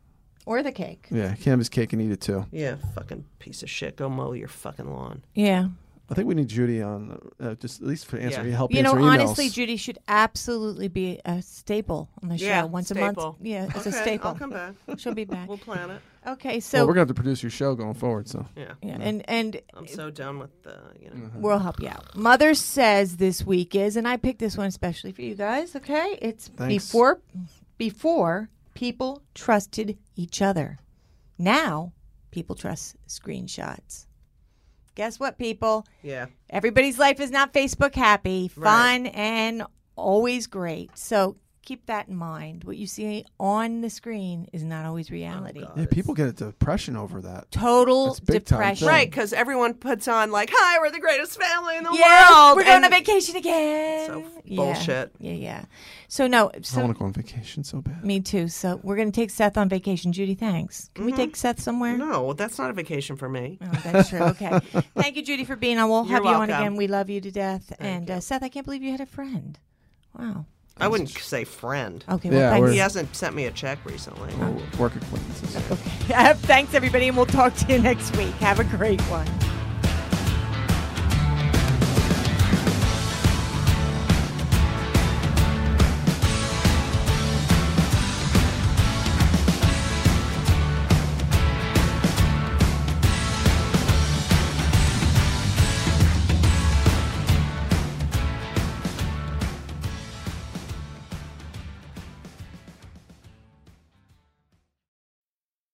Speaker 3: or the cake.
Speaker 4: Yeah, he can have his cake and eat it too.
Speaker 5: Yeah, fucking piece of shit. Go mow your fucking lawn.
Speaker 3: Yeah.
Speaker 4: I think we need Judy on, uh, just at least for answer.
Speaker 5: Yeah.
Speaker 4: Help
Speaker 3: You know,
Speaker 4: answer emails.
Speaker 3: honestly, Judy should absolutely be a staple on the show
Speaker 5: Yeah,
Speaker 3: once a
Speaker 5: staple.
Speaker 3: month. Yeah, it's a
Speaker 5: Okay,
Speaker 3: staple.
Speaker 5: I'll come back.
Speaker 3: She'll be back.
Speaker 5: We'll plan it.
Speaker 3: Okay, so
Speaker 4: well, we're gonna have to produce your show going forward. So
Speaker 5: Yeah.
Speaker 3: yeah, and and
Speaker 5: I'm so done with the, you know.
Speaker 3: We'll help you out. Mother says this week is, and I picked this one especially for you guys. Okay, it's
Speaker 4: Thanks.
Speaker 3: before before people trusted each other. Now people trust screenshots. Guess what, people?
Speaker 5: Yeah.
Speaker 3: Everybody's life is not Facebook happy, fun, and always great. So keep that in mind. What you see on the screen is not always reality.
Speaker 4: yeah, people get a depression over that.
Speaker 3: Total
Speaker 4: Oh, That's big time
Speaker 3: depression.
Speaker 4: thing.
Speaker 5: Right, because everyone puts on, like, hi, we're the greatest family in the
Speaker 3: Yeah,
Speaker 5: world.
Speaker 3: we're going on
Speaker 5: and-
Speaker 3: vacation again.
Speaker 5: So f-
Speaker 3: Yeah.
Speaker 5: bullshit.
Speaker 3: Yeah, yeah. So no, so,
Speaker 4: I want to go on vacation so bad.
Speaker 3: me too. So we're gonna take Seth on vacation. Judy, thanks. Can we take Seth somewhere?
Speaker 5: Mm-hmm. No, that's not a vacation for me.
Speaker 3: Oh, that's true. Okay. Thank you, Judy, for being on. We'll
Speaker 5: You're
Speaker 3: have you on
Speaker 5: welcome.
Speaker 3: again. We love you to death. and uh, Seth, I can't believe you had a friend. Wow.
Speaker 5: I wouldn't say friend. Oh.
Speaker 3: Okay.
Speaker 4: Yeah,
Speaker 3: well,
Speaker 4: we're-
Speaker 5: He
Speaker 3: thanks.
Speaker 5: hasn't sent me a check recently.
Speaker 4: Work acquaintances.
Speaker 3: thanks, everybody, and we'll talk to you next week. Have a great one.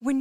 Speaker 7: When